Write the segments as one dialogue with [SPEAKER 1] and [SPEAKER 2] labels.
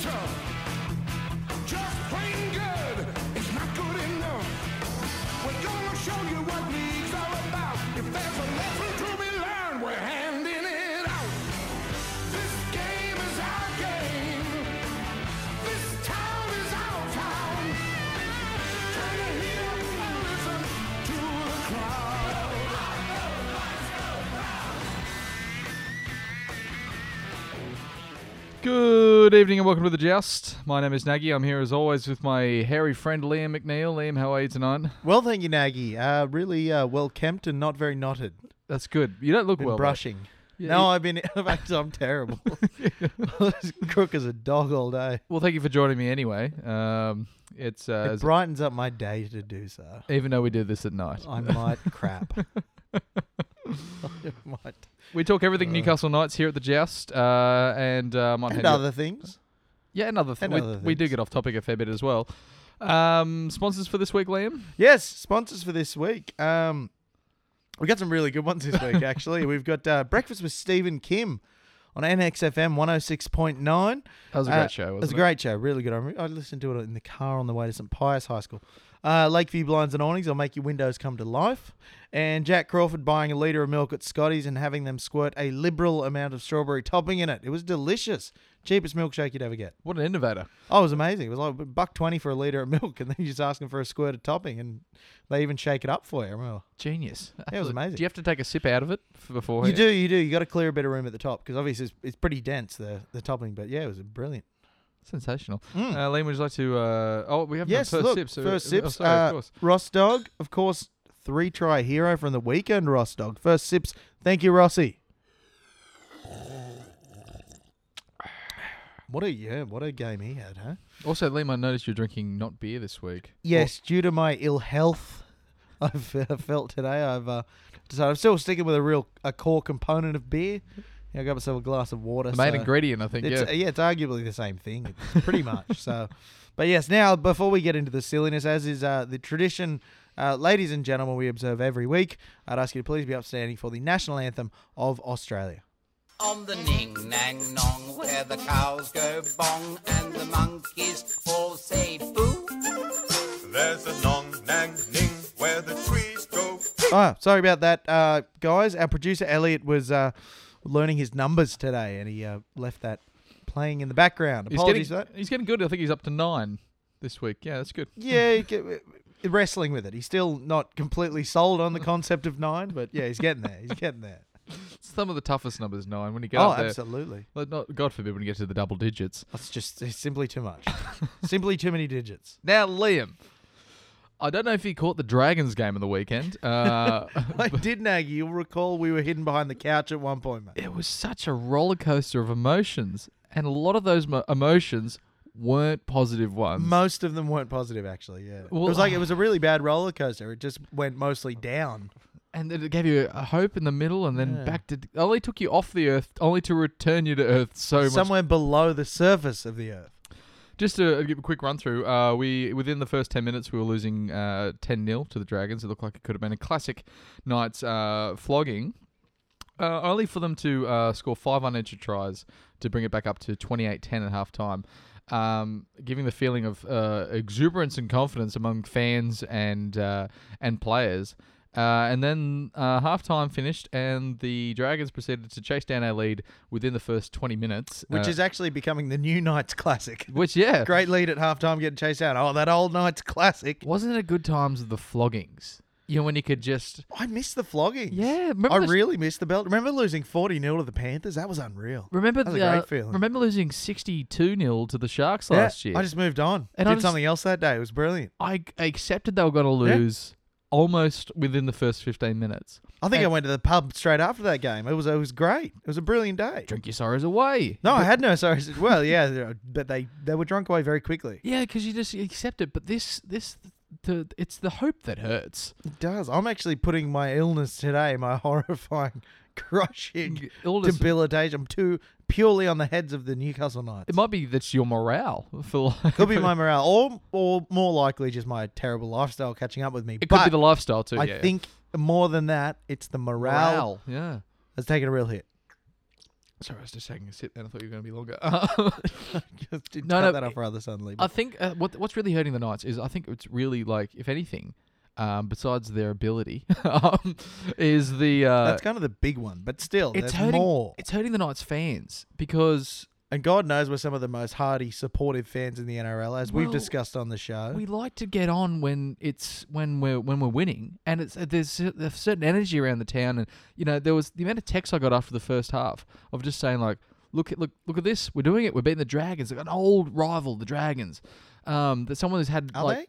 [SPEAKER 1] tough. Just plain good is not good enough. We're gonna show you what leagues are about. If there's a lesson to be learned, we're handing it out. This game is our game. This town is our town. Turn it here and listen to the crowd.
[SPEAKER 2] Good evening and welcome to the Joust. My name is Nagy. I'm here as always with my hairy friend Liam McNeil. Liam, how are you tonight?
[SPEAKER 3] Well, thank you, Nagy. Uh, really uh, well kempt and not very knotted.
[SPEAKER 2] That's good. You don't look
[SPEAKER 3] Been
[SPEAKER 2] well. mate.
[SPEAKER 3] brushing.
[SPEAKER 2] Yeah,
[SPEAKER 3] no,
[SPEAKER 2] you-
[SPEAKER 3] I've been. In fact, I'm terrible. As crook as a dog all day.
[SPEAKER 2] Well, thank you for joining me anyway. Um, it's uh,
[SPEAKER 3] It
[SPEAKER 2] as-
[SPEAKER 3] brightens up my day to do so.
[SPEAKER 2] even though we do this at night,
[SPEAKER 3] I might crap. I might.
[SPEAKER 2] we talk everything
[SPEAKER 3] Uh.
[SPEAKER 2] Newcastle Knights here at the Joust, uh, and uh, might hand
[SPEAKER 3] And
[SPEAKER 2] you-
[SPEAKER 3] other things.
[SPEAKER 2] yeah, another thing.
[SPEAKER 3] and
[SPEAKER 2] We,
[SPEAKER 3] other
[SPEAKER 2] we do
[SPEAKER 3] things.
[SPEAKER 2] get off topic a fair bit as well. Um, sponsors for this week, Liam.
[SPEAKER 3] Yes, sponsors for this week. Um, we got some really good ones this week, actually. We've got uh, Breakfast with Stephen Kim on NXFM 106.9.
[SPEAKER 2] That was a
[SPEAKER 3] Uh,
[SPEAKER 2] great show.
[SPEAKER 3] It
[SPEAKER 2] Wasn't
[SPEAKER 3] was a great show, really good. I, re- I listened to it in the car on the way to St Pius High School. Uh, Lakeview Blinds and Awnings will make your windows come to life. And Jack Crawford buying a litre of milk at Scotty's and having them squirt a liberal amount of strawberry topping in it. It was delicious. Cheapest milkshake you'd ever get.
[SPEAKER 2] What an innovator.
[SPEAKER 3] Oh, it was amazing. It was like a buck twenty for a litre of milk, and then you just ask them for a squirt of topping, and they even shake it up for you. I remember.
[SPEAKER 2] Genius.
[SPEAKER 3] Yeah, it was
[SPEAKER 2] Absolute-
[SPEAKER 3] amazing.
[SPEAKER 2] Do you have to take a sip out of it f- before
[SPEAKER 3] You do, you do. You got to clear a bit of room at the top because obviously it's, it's pretty dense the the topping. But yeah, it was brilliant.
[SPEAKER 2] Sensational.
[SPEAKER 3] Mm.
[SPEAKER 2] Uh, Liam, would you like to? Uh, oh, we have
[SPEAKER 3] yes,
[SPEAKER 2] first
[SPEAKER 3] look,
[SPEAKER 2] sips. uh,
[SPEAKER 3] first
[SPEAKER 2] uh,
[SPEAKER 3] sips.
[SPEAKER 2] oh, sorry,
[SPEAKER 3] uh,
[SPEAKER 2] of course.
[SPEAKER 3] Ross Dog, of course, three try hero from the weekend. Ross Dog, first sips. Thank you, Rossi. What a yeah, what a game he had, huh?
[SPEAKER 2] Also, Liam, I noticed you're drinking not beer this week.
[SPEAKER 3] Yes, due to my ill health, I've uh, felt today. I've uh, decided I'm still sticking with a real a core component of beer. Yeah, I got myself a glass of water.
[SPEAKER 2] The main
[SPEAKER 3] so-
[SPEAKER 2] ingredient, I think.
[SPEAKER 3] uh, It's,
[SPEAKER 2] Yeah.
[SPEAKER 3] yeah. it's arguably the same thing, it's pretty much. So, but yes, now before we get into the silliness, as is uh, the tradition, uh, ladies and gentlemen, we observe every week. I'd ask you to please be upstanding for the national anthem of Australia.
[SPEAKER 4] On the ning nang nong, where the cows go bong, and the monkeys all say boo.
[SPEAKER 5] There's a nong nang ning where the trees go.
[SPEAKER 3] Oh, sorry about that, uh, guys. Our producer Elliot was uh, learning his numbers today, and he uh, left that playing in the background.
[SPEAKER 2] he's
[SPEAKER 3] Apologies
[SPEAKER 2] getting,
[SPEAKER 3] for that.
[SPEAKER 2] he's getting good. I think he's up to nine this week. Yeah, that's good.
[SPEAKER 3] Yeah, he get- uh, wrestling with it. He's still not completely sold on the concept of nine, but yeah, he's getting there. He's getting there.
[SPEAKER 2] Some of the toughest numbers nine when you get
[SPEAKER 3] Oh,
[SPEAKER 2] up there.
[SPEAKER 3] absolutely.
[SPEAKER 2] But not, God forbid when you get to the double digits.
[SPEAKER 3] That's just it's simply too much. simply too many digits.
[SPEAKER 2] Now, Liam, I don't know if you caught the Dragons game of the weekend. Uh,
[SPEAKER 3] I did nag you. You'll recall we were hidden behind the couch at one point, mate.
[SPEAKER 2] it was such a roller coaster of emotions, and a lot of those mo- emotions weren't positive ones.
[SPEAKER 3] Most of them weren't positive, actually. Yeah,
[SPEAKER 2] Well,
[SPEAKER 3] it was like it was a really bad roller coaster. It just went mostly down.
[SPEAKER 2] and then it gave you a hope in the middle, and then back to only took you off the earth, only to return you to earth so much
[SPEAKER 3] Somewhere below the surface of the earth.
[SPEAKER 2] Just to give a quick run through, uh, we within the first ten minutes we were losing uh, ten 0 to the Dragons. It looked like it could have been a classic night's uh, flogging, uh, only for them to uh, score five unanswered tries to bring it back up to 28-10 at halftime, um, giving the feeling of uh, exuberance and confidence among fans and uh, and players. Uh, and then uh, halftime finished, and the Dragons proceeded to chase down our lead within the first twenty minutes,
[SPEAKER 3] Which
[SPEAKER 2] uh,
[SPEAKER 3] is actually becoming the new Knights classic.
[SPEAKER 2] which yeah,
[SPEAKER 3] Great lead at halftime, getting chased out. Oh, that old Knights classic.
[SPEAKER 2] Wasn't it a good times of the floggings? You know, when you could just
[SPEAKER 3] I miss the flogging.
[SPEAKER 2] Yeah, remember
[SPEAKER 3] I
[SPEAKER 2] the-
[SPEAKER 3] really miss the belt. Remember losing 40 0 to the Panthers? That was unreal.
[SPEAKER 2] remember
[SPEAKER 3] That
[SPEAKER 2] the uh,
[SPEAKER 3] was a great feeling.
[SPEAKER 2] remember losing sixty two 0 to the Sharks
[SPEAKER 3] Yeah,
[SPEAKER 2] last year.
[SPEAKER 3] I just moved on.
[SPEAKER 2] And I
[SPEAKER 3] Did
[SPEAKER 2] just-
[SPEAKER 3] something else that day. It was brilliant.
[SPEAKER 2] I I accepted they were going to
[SPEAKER 3] Yeah.
[SPEAKER 2] lose almost within the first fifteen minutes.
[SPEAKER 3] I think I
[SPEAKER 2] And-
[SPEAKER 3] went to the pub straight after that game. It was it was great. It was a brilliant day.
[SPEAKER 2] Drink your sorrows away.
[SPEAKER 3] No, I had no sorry. Well, yeah, but they they were drunk away very quickly.
[SPEAKER 2] Yeah, because you just accept it. But this this the it's the hope that hurts.
[SPEAKER 3] It does. I'm actually putting my illness today, my horrifying, crushing
[SPEAKER 2] Illness-
[SPEAKER 3] debilitation, to purely on the heads of the Newcastle Knights.
[SPEAKER 2] It might be that's your morale for like,
[SPEAKER 3] could be my morale, or or more likely just my terrible lifestyle catching up with me.
[SPEAKER 2] it could
[SPEAKER 3] but
[SPEAKER 2] be the lifestyle too.
[SPEAKER 3] I
[SPEAKER 2] yeah.
[SPEAKER 3] think more than that, it's the morale,
[SPEAKER 2] morale. Yeah.
[SPEAKER 3] that's taken a real hit.
[SPEAKER 2] Sorry, I was just taking a sip, and I thought you were going to be longer.
[SPEAKER 3] Just did
[SPEAKER 2] No,
[SPEAKER 3] cut
[SPEAKER 2] no,
[SPEAKER 3] that
[SPEAKER 2] it-
[SPEAKER 3] off rather suddenly.
[SPEAKER 2] I
[SPEAKER 3] but-
[SPEAKER 2] think uh, what what's really hurting the Knights is I think it's really like if anything, um, besides their ability, um, is the uh,
[SPEAKER 3] that's kind of the big one, but still,
[SPEAKER 2] it's
[SPEAKER 3] there's
[SPEAKER 2] hurting
[SPEAKER 3] more.
[SPEAKER 2] it's hurting the Knights fans because
[SPEAKER 3] And God knows we're some of the most hardy, supportive fans in the NRL, as we've
[SPEAKER 2] Well,
[SPEAKER 3] discussed on the show.
[SPEAKER 2] we like to get on when it's when we're when we're winning, and it's uh, there's a there's a certain energy around the town, and you know there was the amount of texts I got after the first half of just saying like, look at look look at this, we're doing it, we're beating the Dragons, like an old rival, the Dragons, um, that someone who's had
[SPEAKER 3] Are
[SPEAKER 2] like.
[SPEAKER 3] they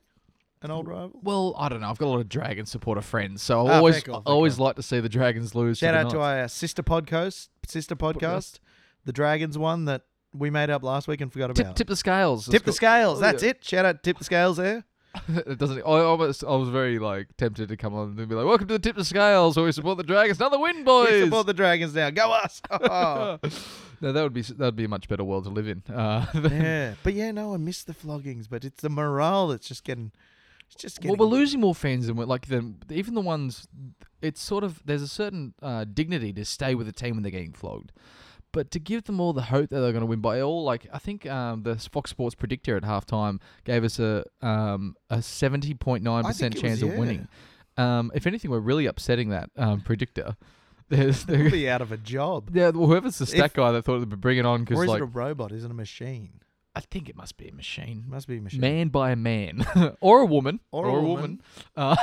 [SPEAKER 3] an old rival?
[SPEAKER 2] Well, I don't know. I've got a lot of Dragon supporter friends, so I
[SPEAKER 3] Ah,
[SPEAKER 2] always,
[SPEAKER 3] fair call,
[SPEAKER 2] I
[SPEAKER 3] fair
[SPEAKER 2] always like to see the Dragons lose.
[SPEAKER 3] Shout
[SPEAKER 2] to
[SPEAKER 3] out
[SPEAKER 2] the
[SPEAKER 3] to
[SPEAKER 2] Knights.
[SPEAKER 3] our sister podcast, sister podcast, the Dragons one that we made up last week and forgot
[SPEAKER 2] tip,
[SPEAKER 3] about.
[SPEAKER 2] tip the scales.
[SPEAKER 3] Tip the
[SPEAKER 2] It's
[SPEAKER 3] scales.
[SPEAKER 2] Oh, yeah.
[SPEAKER 3] That's it. Shout out, tip the scales there.
[SPEAKER 2] got- it doesn't. I almost, I was very like tempted to come on and be like, "Welcome to the tip the scales, where we support the Dragons, another win, boys."
[SPEAKER 3] We support the Dragons now. Go us. Oh.
[SPEAKER 2] no, that would be that would be a much better world to live in. Uh, than-
[SPEAKER 3] yeah, but yeah, no, I miss the floggings, but it's the morale that's just getting, it's just
[SPEAKER 2] Well,
[SPEAKER 3] getting.
[SPEAKER 2] we're losing more fans than we're like than even the ones. It's sort of there's a certain uh, dignity to stay with the team when they're getting flogged, but to give them all the hope that they're going to win by all, like I think um, the Fox Sports predictor at halftime gave us a um, a seventy point nine
[SPEAKER 3] I think
[SPEAKER 2] percent
[SPEAKER 3] it was,
[SPEAKER 2] chance
[SPEAKER 3] yeah.
[SPEAKER 2] of winning. Um, if anything, we're really upsetting that um, predictor. There's
[SPEAKER 3] We'll
[SPEAKER 2] there,
[SPEAKER 3] be out of a job.
[SPEAKER 2] yeah, well, whoever's the stat
[SPEAKER 3] If-
[SPEAKER 2] guy that thought they'd bring it on because
[SPEAKER 3] Or is
[SPEAKER 2] like
[SPEAKER 3] it a robot? Is it a machine?
[SPEAKER 2] I think it must be a machine.
[SPEAKER 3] It must be a machine.
[SPEAKER 2] Man by a man, or a woman,
[SPEAKER 3] Or
[SPEAKER 2] or,
[SPEAKER 3] a
[SPEAKER 2] a woman. Um,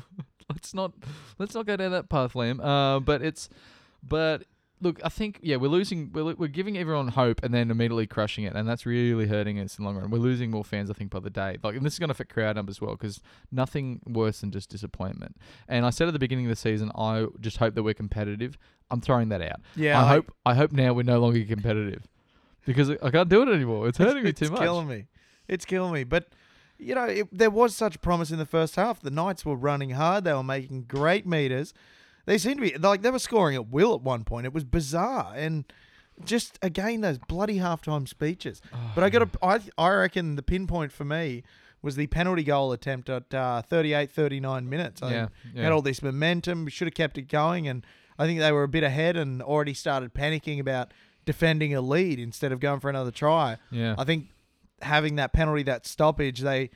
[SPEAKER 2] let's not let's not go down that path, Liam. Uh, but it's but look, I think yeah, we're losing. We're, lo- we're giving everyone hope and then immediately crushing it, and that's really hurting us in the long run. We're losing more fans, I think, by the day. Like, and this is going to affect crowd numbers as well because nothing worse than just disappointment. And I said at the beginning of the season, I just hope that we're competitive. I'm throwing that out.
[SPEAKER 3] Yeah,
[SPEAKER 2] I,
[SPEAKER 3] I-
[SPEAKER 2] hope I hope now we're no longer competitive. Because I can't do it anymore. It's hurting
[SPEAKER 3] it's
[SPEAKER 2] me too much.
[SPEAKER 3] killing me. It's killing me. But you know, it, there was such promise in the first half. The Knights were running hard. They were making great meters. They seemed to be like they were scoring at will at one point. It was bizarre and just again those bloody halftime speeches.
[SPEAKER 2] Oh,
[SPEAKER 3] but I got to I I reckon the pinpoint for me was the penalty goal attempt at uh, 38 39 minutes. I
[SPEAKER 2] Yeah,
[SPEAKER 3] had
[SPEAKER 2] yeah.
[SPEAKER 3] all this momentum, we should have kept it going and I think they were a bit ahead and already started panicking about defending a lead instead of going for another try.
[SPEAKER 2] Yeah.
[SPEAKER 3] I think having that penalty, that stoppage, they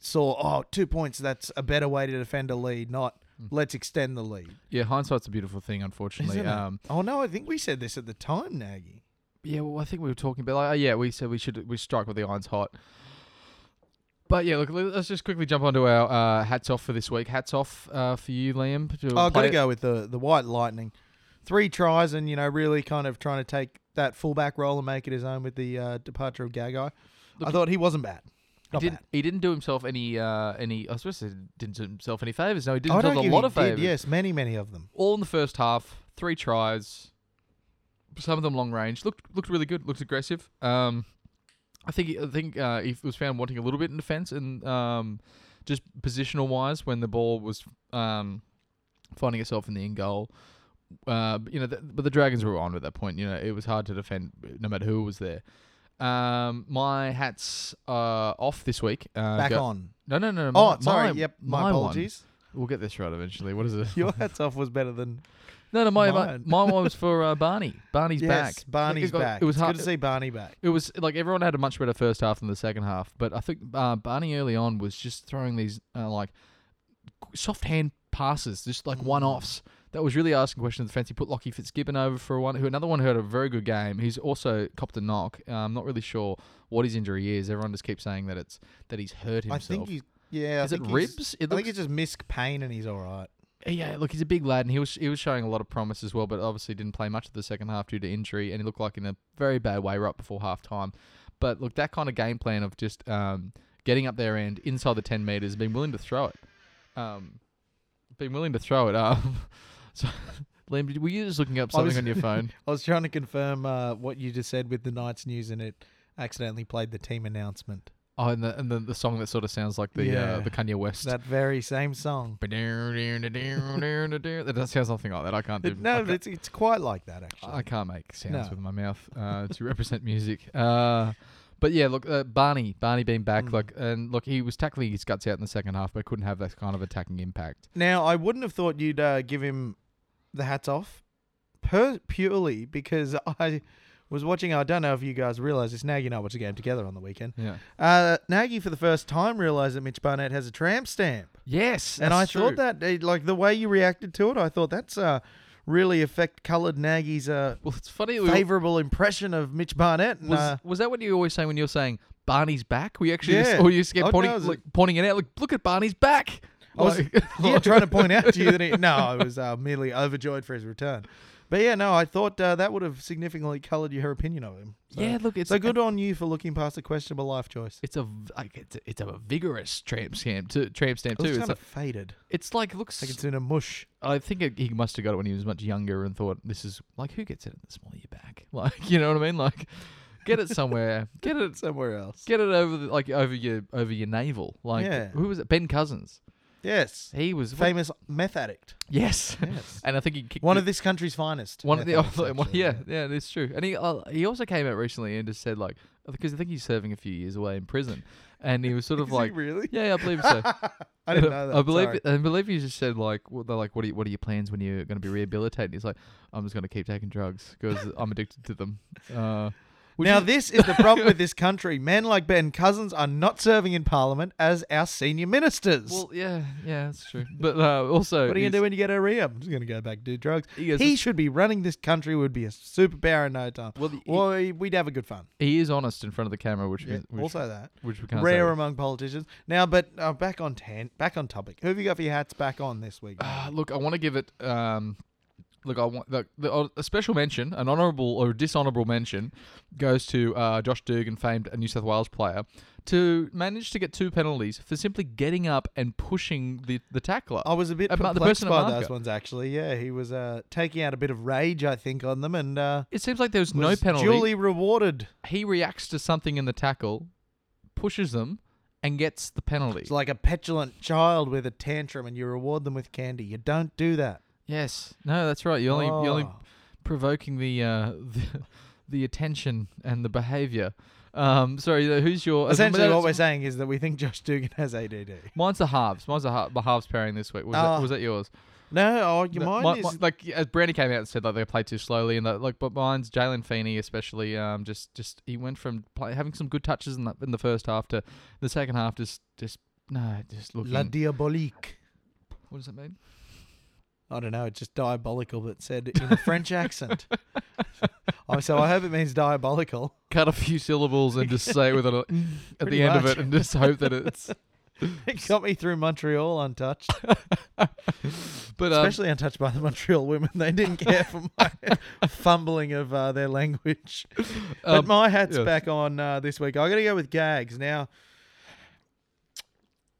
[SPEAKER 3] saw, oh, two points, that's a better way to defend a lead, not
[SPEAKER 2] Hmm.
[SPEAKER 3] let's extend the lead.
[SPEAKER 2] Yeah, hindsight's a beautiful thing, unfortunately.
[SPEAKER 3] Isn't it?
[SPEAKER 2] Um,
[SPEAKER 3] oh, no, I think we said this at the time, Nagy.
[SPEAKER 2] yeah, well, I think we were talking about like, oh, yeah, we said we should we strike with the irons hot. But yeah, look, let- let's just quickly jump onto our uh, hats off for this week. Hats off uh, for you, Liam. to
[SPEAKER 3] Oh, got to
[SPEAKER 2] play-
[SPEAKER 3] go with the, the white lightning. Three tries and, you know, really kind of trying to take that fullback role and make it his own with the uh, departure of Gagai. I thought he wasn't bad.
[SPEAKER 2] He
[SPEAKER 3] Not
[SPEAKER 2] didn't,
[SPEAKER 3] bad.
[SPEAKER 2] he didn't do himself any uh, any. I suppose he didn't do himself any favors. No, he did
[SPEAKER 3] I
[SPEAKER 2] himself
[SPEAKER 3] don't
[SPEAKER 2] a
[SPEAKER 3] give
[SPEAKER 2] lot
[SPEAKER 3] he
[SPEAKER 2] of
[SPEAKER 3] did,
[SPEAKER 2] favors.
[SPEAKER 3] yes, many, many of them.
[SPEAKER 2] All in the first half, three tries. Some of them long range. looked looked really good. Looked aggressive. Um, I think I think uh, he was found wanting a little bit in defence and um, just positional wise when the ball was um, finding itself in the end goal. Uh, but, you know, th- but the Dragons were on at that point. You know, it was hard to defend no matter who was there. Um, my hat's uh, off this week. Uh,
[SPEAKER 3] Back
[SPEAKER 2] go-
[SPEAKER 3] on.
[SPEAKER 2] No, no, no.
[SPEAKER 3] Oh,
[SPEAKER 2] my-
[SPEAKER 3] sorry.
[SPEAKER 2] my-
[SPEAKER 3] yep. My,
[SPEAKER 2] one.
[SPEAKER 3] apologies.
[SPEAKER 2] We'll get this right eventually. What is it?
[SPEAKER 3] Your hats off was better than
[SPEAKER 2] No, no, my my,
[SPEAKER 3] Mine.
[SPEAKER 2] my one was for uh, Barney. Barney's
[SPEAKER 3] yes,
[SPEAKER 2] back.
[SPEAKER 3] Barney's
[SPEAKER 2] it got-
[SPEAKER 3] back.
[SPEAKER 2] It was
[SPEAKER 3] It's
[SPEAKER 2] hard
[SPEAKER 3] good to see Barney back.
[SPEAKER 2] It was like everyone had a much better first half than the second half, but I think uh, Barney early on was just throwing these uh, like soft hand passes, just
[SPEAKER 3] Mm.
[SPEAKER 2] like one offs. That was really asking questions of the fence. He put Lockie Fitzgibbon over for one, who another one who had a very good game. He's also copped a knock. Uh, I'm not really sure what his injury is. Everyone just keeps saying that it's that he's hurt himself.
[SPEAKER 3] I think he's yeah. I
[SPEAKER 2] Is it
[SPEAKER 3] think he's-
[SPEAKER 2] ribs? It
[SPEAKER 3] I think
[SPEAKER 2] looks-
[SPEAKER 3] it's just misc pain and he's all right.
[SPEAKER 2] Yeah, look, he's a big lad, and he was he was showing a lot of promise as well, but obviously didn't play much of the second half due to injury, and he looked like in a very bad way right before half time. But look, that kind of game plan of just um, getting up there and inside the ten meters, being willing to throw it, um, being willing to throw it. Um, so, Liam, did- were you just looking up
[SPEAKER 3] I was-
[SPEAKER 2] something on your phone?
[SPEAKER 3] I was trying to confirm uh, what you just said with the Knights news, and it accidentally played the team announcement.
[SPEAKER 2] Oh, and the and the, the song that sort of sounds like the
[SPEAKER 3] Yeah.
[SPEAKER 2] uh, the Kanye West.
[SPEAKER 3] That very same song.
[SPEAKER 2] that does sound something like that. I can't do.
[SPEAKER 3] It- no,
[SPEAKER 2] I,
[SPEAKER 3] it's it's quite like that actually.
[SPEAKER 2] I can't make sounds
[SPEAKER 3] No.
[SPEAKER 2] with my mouth uh, to represent music. Uh, but yeah, look, uh, Barney, Barney being back,
[SPEAKER 3] Mm.
[SPEAKER 2] look, and look, he was tackling his guts out in the second half, but couldn't have that kind of attacking impact.
[SPEAKER 3] now I wouldn't have thought you'd uh, give him the hats off per- purely because I was watching. I don't know if you guys realize this. Nagy and I watched a game together on the weekend.
[SPEAKER 2] Yeah.
[SPEAKER 3] Uh, Nagy, for the first time, realized that Mitch Barnett has a tramp stamp.
[SPEAKER 2] Yes,
[SPEAKER 3] And I
[SPEAKER 2] that's true.
[SPEAKER 3] thought that, eh, like, the way you reacted to it, I thought that's uh, really affect coloured Nagy's uh,
[SPEAKER 2] Well, it's funny. We,
[SPEAKER 3] favourable impression of Mitch Barnett. And,
[SPEAKER 2] was,
[SPEAKER 3] uh,
[SPEAKER 2] was that what you always say when you're saying Barney's back? We actually,
[SPEAKER 3] Yeah.
[SPEAKER 2] just, or you used to
[SPEAKER 3] Oh,
[SPEAKER 2] get
[SPEAKER 3] no,
[SPEAKER 2] pointing,
[SPEAKER 3] it was a-
[SPEAKER 2] like, pointing it out. Like, look at Barney's back.
[SPEAKER 3] I was
[SPEAKER 2] Like-
[SPEAKER 3] yeah, trying to point out to you that he, no, I was uh, merely overjoyed for his return. But yeah, no, I thought uh, that would have significantly coloured your opinion of him. So,
[SPEAKER 2] yeah, look, it's
[SPEAKER 3] so good on you for looking past a questionable life choice.
[SPEAKER 2] It's a v- like it's a, it's a vigorous tramp stamp too. Tramp stamp
[SPEAKER 3] It
[SPEAKER 2] too.
[SPEAKER 3] was
[SPEAKER 2] It's,
[SPEAKER 3] kind
[SPEAKER 2] like,
[SPEAKER 3] of faded.
[SPEAKER 2] it's like looks.
[SPEAKER 3] Like it's in a mush.
[SPEAKER 2] I think it, he must have got it when he was much younger and thought this is like who gets it at the small of your back? Like you know what I mean? Like get it somewhere. get it.
[SPEAKER 3] somewhere else.
[SPEAKER 2] Get it over the, like over your over your navel. Like
[SPEAKER 3] Yeah.
[SPEAKER 2] who was it? Ben Cousins.
[SPEAKER 3] Yes.
[SPEAKER 2] He was what-
[SPEAKER 3] Famous meth addict.
[SPEAKER 2] Yes.
[SPEAKER 3] Yes.
[SPEAKER 2] and I think he kicked
[SPEAKER 3] One
[SPEAKER 2] it-
[SPEAKER 3] of this country's finest.
[SPEAKER 2] One of the
[SPEAKER 3] meth addicts,
[SPEAKER 2] oh, one-
[SPEAKER 3] actually,
[SPEAKER 2] yeah, yeah, that's true. And he uh, he also came out recently and just said like because I think he's serving a few years away in prison, and he was sort of
[SPEAKER 3] Is he
[SPEAKER 2] like
[SPEAKER 3] really?
[SPEAKER 2] yeah, I believe so.
[SPEAKER 3] I didn't know that.
[SPEAKER 2] I believe
[SPEAKER 3] sorry.
[SPEAKER 2] I believe he just said like well, they're like what are you, what are your plans when you're going to be rehabilitated? He's like I'm just going to keep taking drugs because I'm addicted to them. Uh, which
[SPEAKER 3] Now,
[SPEAKER 2] is-
[SPEAKER 3] this is the problem with this country. Men like Ben Cousins are not serving in Parliament as our senior ministers.
[SPEAKER 2] well, yeah, yeah, that's true. But uh, also,
[SPEAKER 3] What are
[SPEAKER 2] he's-
[SPEAKER 3] you gonna do when you get a rehab? I'm just gonna go back and do drugs.
[SPEAKER 2] He
[SPEAKER 3] He,
[SPEAKER 2] goes-
[SPEAKER 3] should be running this country. Would be a superpower in no time.
[SPEAKER 2] Well,
[SPEAKER 3] Well,
[SPEAKER 2] the-
[SPEAKER 3] we'd have a good fun.
[SPEAKER 2] He is honest in front of the camera, which is which,
[SPEAKER 3] also that
[SPEAKER 2] which we can't say.
[SPEAKER 3] rare among politicians. Now, but uh, back on tan, back on topic. Who have you got for your hats back on this week?
[SPEAKER 2] Uh, look, I want to give it. Um, look, I want the, the, uh, a special mention, an honourable or dishonourable mention, goes to uh, Josh Dugan, famed New South Wales player, to manage to get two penalties for simply getting up and pushing the, the tackler. Oh,
[SPEAKER 3] I was a bit
[SPEAKER 2] Ama- Uh, the
[SPEAKER 3] perplexed
[SPEAKER 2] person at
[SPEAKER 3] by
[SPEAKER 2] marker.
[SPEAKER 3] those ones actually. Yeah, he was uh, taking out a bit of rage, I think, on them, and uh,
[SPEAKER 2] It seems like there was no
[SPEAKER 3] was
[SPEAKER 2] penalty.
[SPEAKER 3] duly rewarded.
[SPEAKER 2] He reacts to something in the tackle, pushes them, and gets the penalty.
[SPEAKER 3] It's like a petulant child with a tantrum, and you reward them with candy. You don't do that.
[SPEAKER 2] yes, no, that's right. You only you only
[SPEAKER 3] Oh.
[SPEAKER 2] provoking the uh, the, the attention and the behaviour. Um, sorry, uh, who's your
[SPEAKER 3] Oh. Essentially, what
[SPEAKER 2] that's-
[SPEAKER 3] we're saying is that we think Josh Dugan has ADD.
[SPEAKER 2] Mine's the halves. Mine's the, ha- the halves pairing this week. Was, that,
[SPEAKER 3] Oh.
[SPEAKER 2] was that yours?
[SPEAKER 3] No, oh, your
[SPEAKER 2] No,
[SPEAKER 3] mind
[SPEAKER 2] mi-
[SPEAKER 3] is
[SPEAKER 2] mi- like as Brandy came out and said, like they played too slowly, and that, like, but mine's Jalen Feeney especially. Um, just just he went from play, having some good touches in the in the first half to the second half. Just just no, just looking.
[SPEAKER 3] La Diabolique.
[SPEAKER 2] what does that mean?
[SPEAKER 3] I don't know, it's just diabolical, but said in a French accent. oh, so I hope it means diabolical.
[SPEAKER 2] Cut a few syllables and just say with it at
[SPEAKER 3] Pretty
[SPEAKER 2] the end of
[SPEAKER 3] much.
[SPEAKER 2] it, and just hope that it's.
[SPEAKER 3] It got me through Montreal untouched,
[SPEAKER 2] But um,
[SPEAKER 3] especially untouched by the Montreal women. They didn't care for my fumbling of uh, their language. But
[SPEAKER 2] um,
[SPEAKER 3] my hat's
[SPEAKER 2] yes.
[SPEAKER 3] back on uh, this week. I got to go with gags now.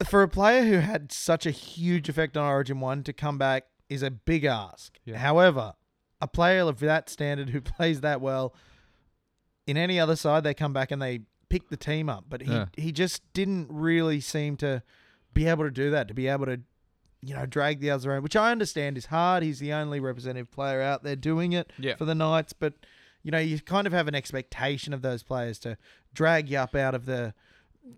[SPEAKER 3] For a player who had such a huge effect on Origin One to come back is a big ask.
[SPEAKER 2] Yeah.
[SPEAKER 3] However, a player of that standard who plays that well in any other side, they come back and they pick the team up. But he
[SPEAKER 2] Yeah.
[SPEAKER 3] he just didn't really seem to be able to do that. To be able to you know, drag the others around, which I understand is hard. He's the only representative player out there doing it
[SPEAKER 2] Yeah.
[SPEAKER 3] for the Knights, but you know, you kind of have an expectation of those players to drag you up out of the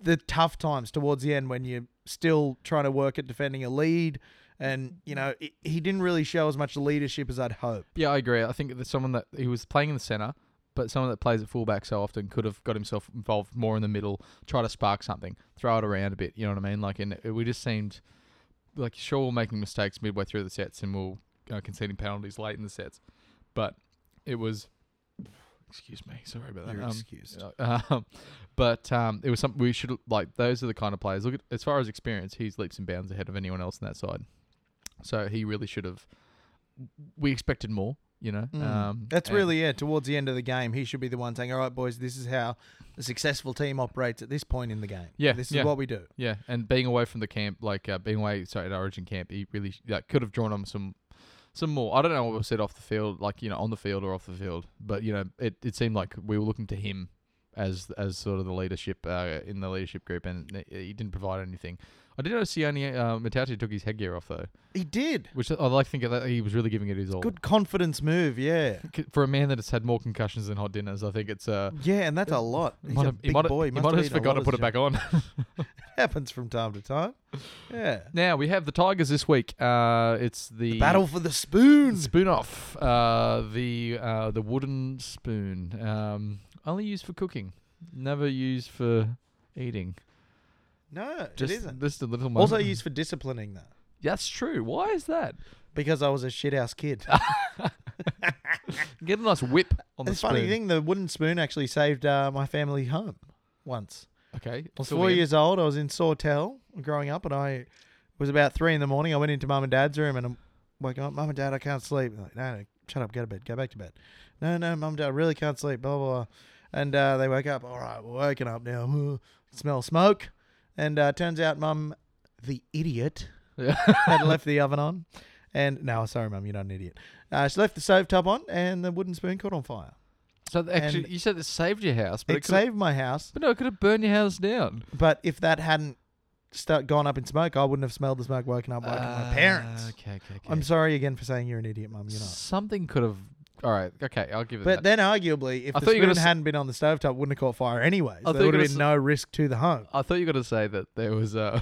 [SPEAKER 3] the tough times towards the end when you're still trying to work at defending a lead. And you know, i he didn't really show as much leadership as I'd hope.
[SPEAKER 2] Yeah, I agree. I think that someone that he was playing in the center, but someone that plays at fullback so often could have got himself involved more in the middle, try to spark something, throw it around a bit. You know what I mean? Like, and it- we just seemed like sure we're making mistakes midway through the sets and we'll uh, conceding penalties late in the sets, but it was. Excuse me, sorry about that.
[SPEAKER 3] You're
[SPEAKER 2] Um,
[SPEAKER 3] excused.
[SPEAKER 2] yeah, Um, but um, it was something we should like. Those are the kind of players. Look, at, as far as experience, he's leaps and bounds ahead of anyone else on that side. So he really should have. We expected more, you know. Um,
[SPEAKER 3] Mm. That's
[SPEAKER 2] and-
[SPEAKER 3] really yeah. Towards the end of the game, he should be the one saying, "All right, boys, this is how a successful team operates at this point in the game.
[SPEAKER 2] Yeah,
[SPEAKER 3] this
[SPEAKER 2] yeah.
[SPEAKER 3] is what we do."
[SPEAKER 2] Yeah, and being away from the camp, like uh, being away, sorry, at Origin camp, he really like, could have drawn on some, some more. I don't know what was said off the field, like you know, on the field or off the field, but you know, it, it seemed like we were looking to him as as sort of the leadership uh, in the leadership group, and he- he didn't provide anything. I did notice he only uh, Matauti took his headgear off though,
[SPEAKER 3] He did.
[SPEAKER 2] which I I like to think that he was really giving it his all.
[SPEAKER 3] Good confidence move, yeah.
[SPEAKER 2] C- for a man that has had more concussions than hot dinners. I think it's uh,
[SPEAKER 3] Yeah, and that's a lot. He's
[SPEAKER 2] might
[SPEAKER 3] a
[SPEAKER 2] have- he
[SPEAKER 3] big
[SPEAKER 2] might have-
[SPEAKER 3] boy.
[SPEAKER 2] he
[SPEAKER 3] must
[SPEAKER 2] might have
[SPEAKER 3] eaten a
[SPEAKER 2] forgot
[SPEAKER 3] lot
[SPEAKER 2] to
[SPEAKER 3] as
[SPEAKER 2] put
[SPEAKER 3] a
[SPEAKER 2] it back on.
[SPEAKER 3] happens from time to time. Yeah.
[SPEAKER 2] Now we have the Tigers this week. Uh, it's the,
[SPEAKER 3] Battle for the spoons.
[SPEAKER 2] spoon off. Uh, the uh, the wooden spoon, um, only used for cooking, never used for eating.
[SPEAKER 3] No,
[SPEAKER 2] Just,
[SPEAKER 3] it isn't.
[SPEAKER 2] Just a little. Moment.
[SPEAKER 3] also used for disciplining though,
[SPEAKER 2] That's true. Why is that?
[SPEAKER 3] because I was a shithouse kid.
[SPEAKER 2] Get a nice whip on the
[SPEAKER 3] It's
[SPEAKER 2] spoon.
[SPEAKER 3] funny thing, the wooden spoon actually saved uh, my family home once.
[SPEAKER 2] Okay.
[SPEAKER 3] I was
[SPEAKER 2] fill
[SPEAKER 3] four
[SPEAKER 2] me in.
[SPEAKER 3] years old. I was in Sawtell growing up, and I was about three in the morning. I went into mum and dad's room, and I'm waking up, mum and dad, I can't sleep. They're like, no, no, shut up, go to bed, go back to bed. No, no, mum and dad, I really can't sleep. Blah blah. blah. And uh, they wake up. All right, we're waking up now. Smell smoke, and uh, turns out mum, the idiot, had left the oven on. And no, sorry, mum, you're not an idiot. Uh, she left the stove top on, and the wooden spoon caught on fire.
[SPEAKER 2] So th- actually,
[SPEAKER 3] and-
[SPEAKER 2] you said it saved your house, but
[SPEAKER 3] It,
[SPEAKER 2] it, could
[SPEAKER 3] saved my house,
[SPEAKER 2] But no, it could have burned your house down.
[SPEAKER 3] but if that hadn't start gone up in smoke, I wouldn't have smelled the smoke woken up like Oh my parents.
[SPEAKER 2] Ah, Okay, okay, okay.
[SPEAKER 3] I'm sorry again for saying you're an idiot, mum. You're not.
[SPEAKER 2] Something could have. All right. Okay, I'll give it that.
[SPEAKER 3] But then, arguably, if
[SPEAKER 2] I
[SPEAKER 3] the
[SPEAKER 2] thought you were
[SPEAKER 3] spoon
[SPEAKER 2] gonna s-
[SPEAKER 3] hadn't been on the stovetop, it wouldn't have caught fire anyway. So
[SPEAKER 2] thought you
[SPEAKER 3] there
[SPEAKER 2] were
[SPEAKER 3] would have
[SPEAKER 2] gonna
[SPEAKER 3] been
[SPEAKER 2] s-
[SPEAKER 3] no risk to the home.
[SPEAKER 2] I thought you were going to say that there was uh,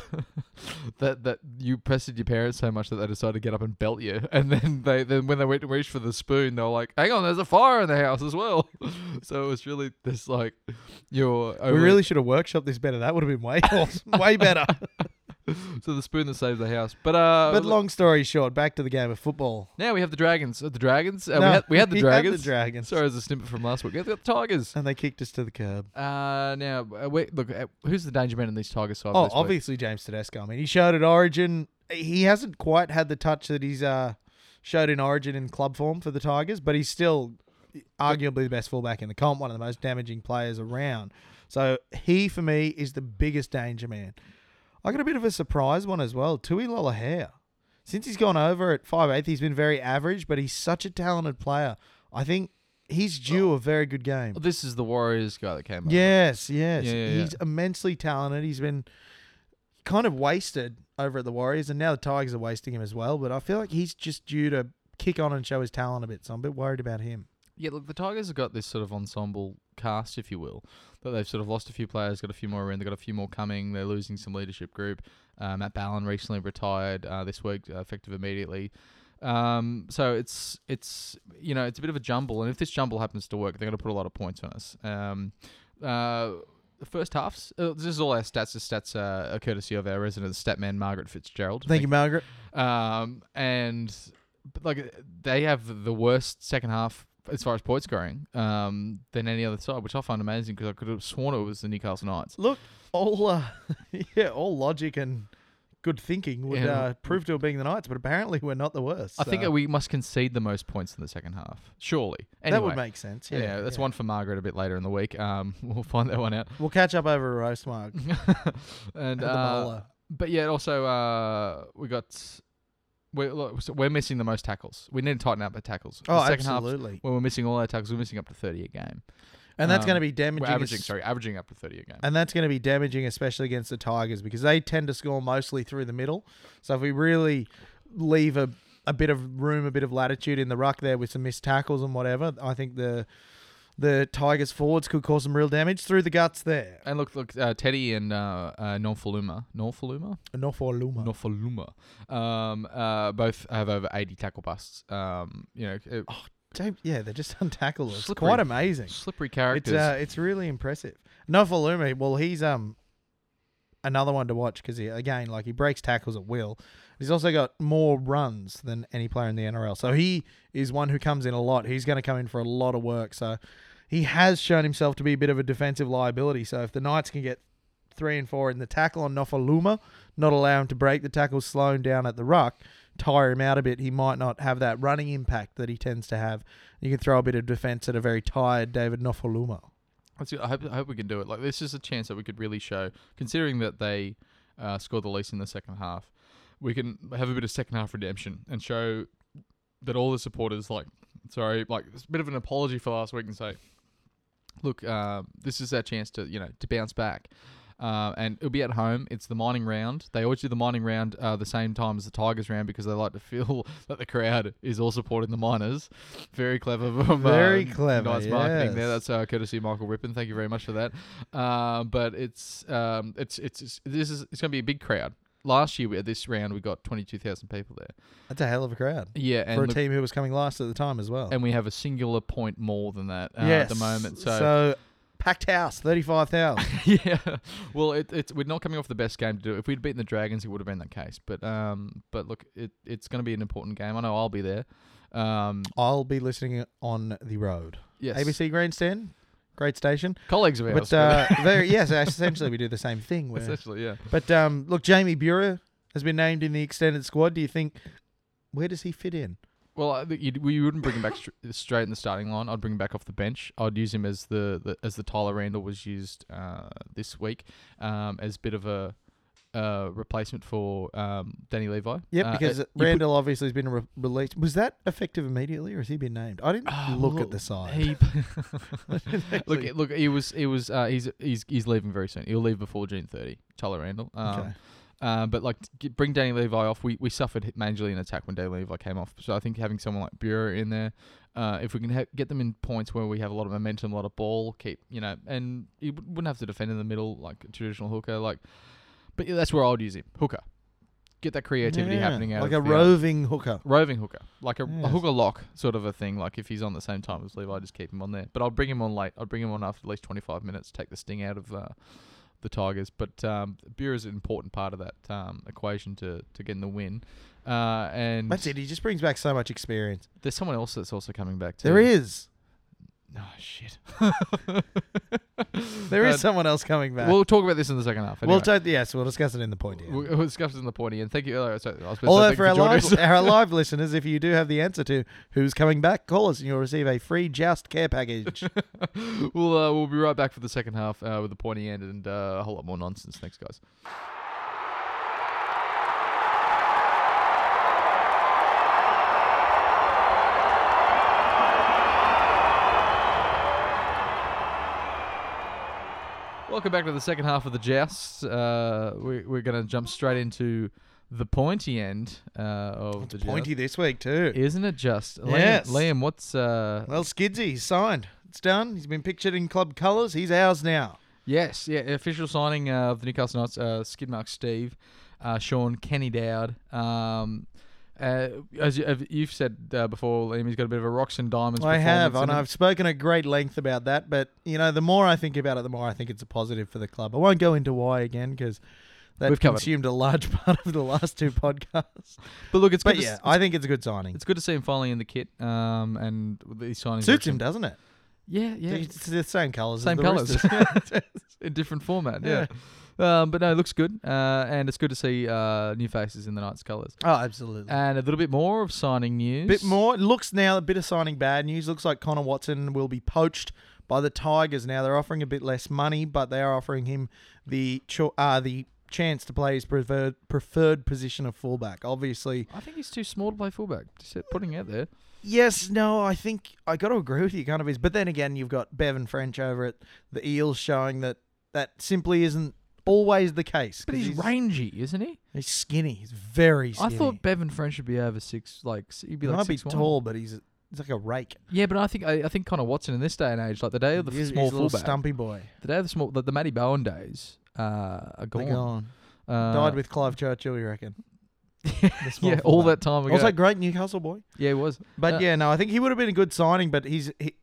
[SPEAKER 2] that that you pestered your parents so much that they decided to get up and belt you, and then they then when they went to reach for the spoon, they were like, "Hang on, there's a fire in the house as well." so it was really this like your
[SPEAKER 3] We really should have workshopped this better. That would have been way awesome, way better.
[SPEAKER 2] Oh, so the spoon that saved the house. But uh,
[SPEAKER 3] But long story short, back to the game of football.
[SPEAKER 2] now we have the dragons. Uh, the dragons. Uh, we,
[SPEAKER 3] No,
[SPEAKER 2] had, we had the
[SPEAKER 3] we had the
[SPEAKER 2] dragons.
[SPEAKER 3] Dragons. Uh,
[SPEAKER 2] Sorry, as a snippet from last week. We have got the tigers.
[SPEAKER 3] And they kicked us to the curb.
[SPEAKER 2] Uh, now uh, wait, look, uh, who's the danger man in these tigers? side?
[SPEAKER 3] Oh,
[SPEAKER 2] this week?
[SPEAKER 3] obviously James Tedesco. I mean, he showed at Origin. He hasn't quite had the touch that he's uh, showed in Origin in club form for the Tigers, but he's still arguably the best fullback in the comp, one of the most damaging players around. So he, for me, is the biggest danger man. I got a bit of a surprise one as well. Tui Lolahare. Since he's gone over at 5'8", he's been very average, but he's such a talented player. I think he's
[SPEAKER 2] Oh.
[SPEAKER 3] due a very good game.
[SPEAKER 2] This is the Warriors guy that came up.
[SPEAKER 3] Yes, yes.
[SPEAKER 2] Yeah, yeah, yeah.
[SPEAKER 3] He's immensely talented. He's been kind of wasted over at the Warriors, and now the Tigers are wasting him as well. But I feel like he's just due to kick on and show his talent a bit. So I'm a bit worried about him.
[SPEAKER 2] Yeah, look, the Tigers have got this sort of ensemble cast, if you will, that they've sort of lost a few players, got a few more in, they've got a few more coming, they're losing some leadership group. Uh, Matt Ballon recently retired uh, this week, uh, effective immediately. Um, so it's it's you know it's a bit of a jumble, and if this jumble happens to work, they're going to put a lot of points on us. Um, uh, the first halves. Uh, this is all our stats. The stats uh, are courtesy of our resident stat man, Margaret Fitzgerald.
[SPEAKER 3] Thank you, Margaret.
[SPEAKER 2] Um, and but like they have the worst second half as far as point scoring um, than any other side, which I find amazing because I could have sworn it was the Newcastle Knights.
[SPEAKER 3] Look, all uh, yeah, all logic and good thinking would
[SPEAKER 2] Yeah.
[SPEAKER 3] uh, prove to have been the Knights, but apparently we're not the worst.
[SPEAKER 2] I think
[SPEAKER 3] so
[SPEAKER 2] we must concede the most points in the second half, surely. Anyway,
[SPEAKER 3] that would make sense. Yeah,
[SPEAKER 2] yeah, that's one for Margaret a bit later in the week. Um, we'll find that one out.
[SPEAKER 3] We'll catch up over a roast mark.
[SPEAKER 2] and
[SPEAKER 3] the
[SPEAKER 2] uh,
[SPEAKER 3] bowler.
[SPEAKER 2] but yeah, also uh, we got we're look, so we're missing the most tackles. We need to tighten up our tackles.
[SPEAKER 3] Oh,
[SPEAKER 2] the second half,
[SPEAKER 3] absolutely.
[SPEAKER 2] when we're missing all our tackles, we're missing up to thirty a game.
[SPEAKER 3] And that's
[SPEAKER 2] Um,
[SPEAKER 3] going to be
[SPEAKER 2] We're
[SPEAKER 3] damaging.
[SPEAKER 2] averaging,
[SPEAKER 3] es-
[SPEAKER 2] sorry, averaging up to thirty a game.
[SPEAKER 3] And that's going to be damaging, especially against the Tigers, because they tend to score mostly through the middle. So if we really leave a, a bit of room, a bit of latitude in the ruck there with some missed tackles and whatever, I think the the Tigers forwards could cause some real damage through the guts there.
[SPEAKER 2] And look, look, uh, Teddy and uh, uh, Norfoluma, Norfoluma,
[SPEAKER 3] Not for Luma.
[SPEAKER 2] Norfoluma, um, uh, both have over eighty tackle busts. Um, you know, uh,
[SPEAKER 3] James- yeah, they're just untackable. It's
[SPEAKER 2] Slippery.
[SPEAKER 3] quite amazing.
[SPEAKER 2] slippery
[SPEAKER 3] Oh, It's
[SPEAKER 2] characters.
[SPEAKER 3] uh, it's really impressive. Not for Luma. Well, he's um another one to watch because he again like he breaks tackles at will. He's also got more runs than any player in the NRL. So he is one who comes in a lot. He's going to come in for a lot of work. So he has shown himself to be a bit of a defensive liability. So if the Knights can get three and four in the tackle on Nofaluma, not allow him to break the tackle, slow him down at the ruck, tire him out a bit. He might not have that running impact that he tends to have. You can throw a bit of defense at a very tired David Nofaluma.
[SPEAKER 2] Let's see, I hope, I hope we can do it. Like this is a chance that we could really show, considering that they uh, scored the least in the second half. We can have a bit of second half redemption and show that all the supporters like, sorry, like it's a bit of an apology for last week and say, look, uh, this is our chance to you know to bounce back. Uh, and it'll be at home. It's the mining round. They always do the mining round uh, the same time as the Tigers round because they like to feel that the crowd is all supporting the miners. Very clever. From,
[SPEAKER 6] Very
[SPEAKER 2] uh,
[SPEAKER 6] clever,
[SPEAKER 2] Nice marketing there.
[SPEAKER 6] yes.
[SPEAKER 2] That's uh, courtesy of Michael Rippon. Thank you very much for that. Uh, but it's um, it's, it's it's this is it's going to be a big crowd. Last year we, at this round we got twenty two thousand people there.
[SPEAKER 3] That's a hell of a crowd
[SPEAKER 2] Yeah, and
[SPEAKER 3] for a
[SPEAKER 2] the-
[SPEAKER 3] team who was coming last at the time as well.
[SPEAKER 2] and we have a singular point more than that uh,
[SPEAKER 3] yes.
[SPEAKER 2] at the moment. So,
[SPEAKER 3] packed house, thirty-five thousand.
[SPEAKER 2] yeah, well, it, it's we're not coming off the best game to do. it. If we'd beaten the Dragons, it would have been that case. But um, but look, it, it's going to be an important game. I know I'll be there. Um,
[SPEAKER 3] I'll be listening on the road.
[SPEAKER 2] yes,
[SPEAKER 3] ABC Grandstand, great station.
[SPEAKER 2] colleagues of ours,
[SPEAKER 3] But uh, there, yes, essentially we do the same thing. where-
[SPEAKER 2] essentially, yeah.
[SPEAKER 3] but um, look, Jamie Bure has been named in the extended squad. Do you think where does he fit in?
[SPEAKER 2] Well, I think you'd, we wouldn't bring him back str- straight in the starting line. I'd bring him back off the bench. I'd use him as the, the as the Tyler Randall was used uh, this week um, as bit of a uh, replacement for um, Danny Levi.
[SPEAKER 3] Yep,
[SPEAKER 2] Uh,
[SPEAKER 3] because
[SPEAKER 2] uh, you put-
[SPEAKER 3] Randall obviously has been re- released. Was that effective immediately, or has he been named? I didn't
[SPEAKER 2] Ah,
[SPEAKER 3] look
[SPEAKER 2] well,
[SPEAKER 3] at the side.
[SPEAKER 2] He, look, look, he was, he was, uh, he's, he's, he's leaving very soon. He'll leave before June thirty. Tyler Randall. Um,
[SPEAKER 3] Okay.
[SPEAKER 2] um, but like, g- bring Danny Levi off. We we suffered majorly in attack when Danny Levi came off. So I think having someone like Bureau in there, uh, if we can ha- get them in points where we have a lot of momentum, a lot of ball, keep you know, and you w- wouldn't have to defend in the middle like a traditional hooker. Like, but yeah, that's where I'd use him, hooker. Get that creativity
[SPEAKER 3] Yeah,
[SPEAKER 2] happening out
[SPEAKER 3] like
[SPEAKER 2] of
[SPEAKER 3] a
[SPEAKER 2] the, uh,
[SPEAKER 3] roving hooker.
[SPEAKER 2] roving hooker, like a, a
[SPEAKER 3] Yes.
[SPEAKER 2] hooker lock sort of a thing. Like if he's on the same time as Levi, just keep him on there. But I'll bring him on late. I'll bring him on after at least 25 minutes, take the sting out of uh, the Tigers. But um, beer is an important part of that um, equation to to getting the win. Uh, and
[SPEAKER 3] That's it. He just brings back so much experience.
[SPEAKER 2] there's someone else that's also coming back too.
[SPEAKER 3] There is,
[SPEAKER 2] Oh shit.
[SPEAKER 3] there is
[SPEAKER 2] Uh,
[SPEAKER 3] someone else coming back.
[SPEAKER 2] We'll talk about this in the second half.
[SPEAKER 3] We'll
[SPEAKER 2] Anyway.
[SPEAKER 3] take yes, we'll discuss it in the point. Yeah.
[SPEAKER 2] We'll we'll discuss it in the pointy. And thank you. Uh, so, I was about to say
[SPEAKER 3] Although
[SPEAKER 2] thank you
[SPEAKER 3] for our
[SPEAKER 2] joining us.
[SPEAKER 3] live, our live listeners, if you do have the answer to who's coming back, call us and you'll receive a free joust care package.
[SPEAKER 2] we'll uh, we'll be right back for the second half uh, with the pointy end and uh, a whole lot more nonsense. Thanks, guys. Welcome back to the second half of the jousts. Uh, we, we're going to jump straight into the pointy end uh, of the joust.
[SPEAKER 3] Pointy this week too.
[SPEAKER 2] Isn't it just Liam?
[SPEAKER 3] Yes.
[SPEAKER 2] Liam, what's uh,
[SPEAKER 3] Well, Skidsy, he's signed. It's done. He's been pictured in club colours. He's ours now.
[SPEAKER 2] Yes, yeah, official signing uh, of the Newcastle Knights, uh, Skidmark Steve, uh, Sean Kenny Dowd. Um, uh, as you, have you've said uh, before, Liam, he's got a bit of a rocks and diamonds.
[SPEAKER 3] I have,
[SPEAKER 2] performance in
[SPEAKER 3] and
[SPEAKER 2] him.
[SPEAKER 3] I've spoken at great length about that. But you know, the more I think about it, the more I think it's a positive for the club. I won't go into why again because that
[SPEAKER 2] We've covered it.
[SPEAKER 3] consumed a large part of the last two podcasts.
[SPEAKER 2] But look, it's good.
[SPEAKER 3] But
[SPEAKER 2] To,
[SPEAKER 3] yeah,
[SPEAKER 2] s-
[SPEAKER 3] I think it's a good signing.
[SPEAKER 2] it's good to see him finally in the kit. Um, and these signings
[SPEAKER 3] Suits
[SPEAKER 2] are-
[SPEAKER 3] him, doesn't it?
[SPEAKER 2] Yeah, yeah.
[SPEAKER 3] It's the same colours.
[SPEAKER 2] Same
[SPEAKER 3] as the
[SPEAKER 2] colours.
[SPEAKER 3] Roosters.
[SPEAKER 2] in different format. Yeah. Um, but no, it looks good. Uh, and it's good to see uh, new faces in the Knights colours.
[SPEAKER 3] oh, absolutely.
[SPEAKER 2] And a little bit more of signing news.
[SPEAKER 3] Bit more. It Looks now a bit of signing bad news. Looks like Connor Watson will be poached by the Tigers. Now they're offering a bit less money, but they are offering him the cho- uh, the chance to play his preferred preferred position of fullback. Obviously,
[SPEAKER 2] I think he's too small to play fullback. Just putting it out there.
[SPEAKER 3] yes, no. I think I got to agree with you, kind of is. But then again, you've got Bevan French over at the Eels showing that that simply isn't always the case.
[SPEAKER 2] But
[SPEAKER 3] 'cause
[SPEAKER 2] he's rangy, isn't he?
[SPEAKER 3] he's skinny. He's very
[SPEAKER 2] I
[SPEAKER 3] skinny.
[SPEAKER 2] thought Bevan French should be over six, like s- he'd be
[SPEAKER 3] he
[SPEAKER 2] like
[SPEAKER 3] might be
[SPEAKER 2] 6'1".
[SPEAKER 3] tall, but he's he's like a rake.
[SPEAKER 2] Yeah, but I think I, I think Connor Watson in this day and age, like the day of the
[SPEAKER 3] He's-
[SPEAKER 2] small
[SPEAKER 3] he's a little
[SPEAKER 2] fullback,
[SPEAKER 3] stumpy boy.
[SPEAKER 2] the day of the small, the, the Matty Bowen days uh, are
[SPEAKER 3] They're
[SPEAKER 2] gone.
[SPEAKER 3] gone.
[SPEAKER 2] Uh,
[SPEAKER 3] Died with Clive Churchill, you reckon? small
[SPEAKER 2] yeah, all
[SPEAKER 3] fullback.
[SPEAKER 2] that time ago.
[SPEAKER 3] Also, great Newcastle boy.
[SPEAKER 2] yeah, it was.
[SPEAKER 3] But
[SPEAKER 2] Uh,
[SPEAKER 3] yeah, no, I think he would have been a good signing. But he's he,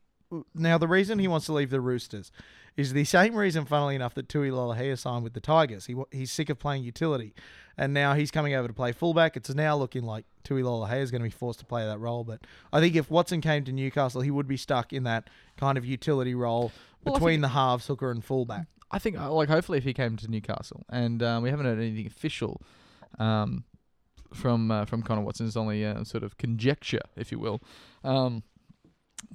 [SPEAKER 3] now the reason he wants to leave the Roosters is the same reason, funnily enough, that Tui Lolahea signed with the Tigers. He wa- he's sick of playing utility, and now he's coming over to play fullback. It's now looking like Tui Lolahea is going to be forced to play that role. But I think if Watson came to Newcastle, he would be stuck in that kind of utility role
[SPEAKER 2] Well, I
[SPEAKER 3] between the halves, hooker and fullback.
[SPEAKER 2] I think uh, like hopefully if he came to Newcastle, and um, we haven't heard anything official um, from uh, from Connor Watson. It's only uh, sort of conjecture, if you will, um,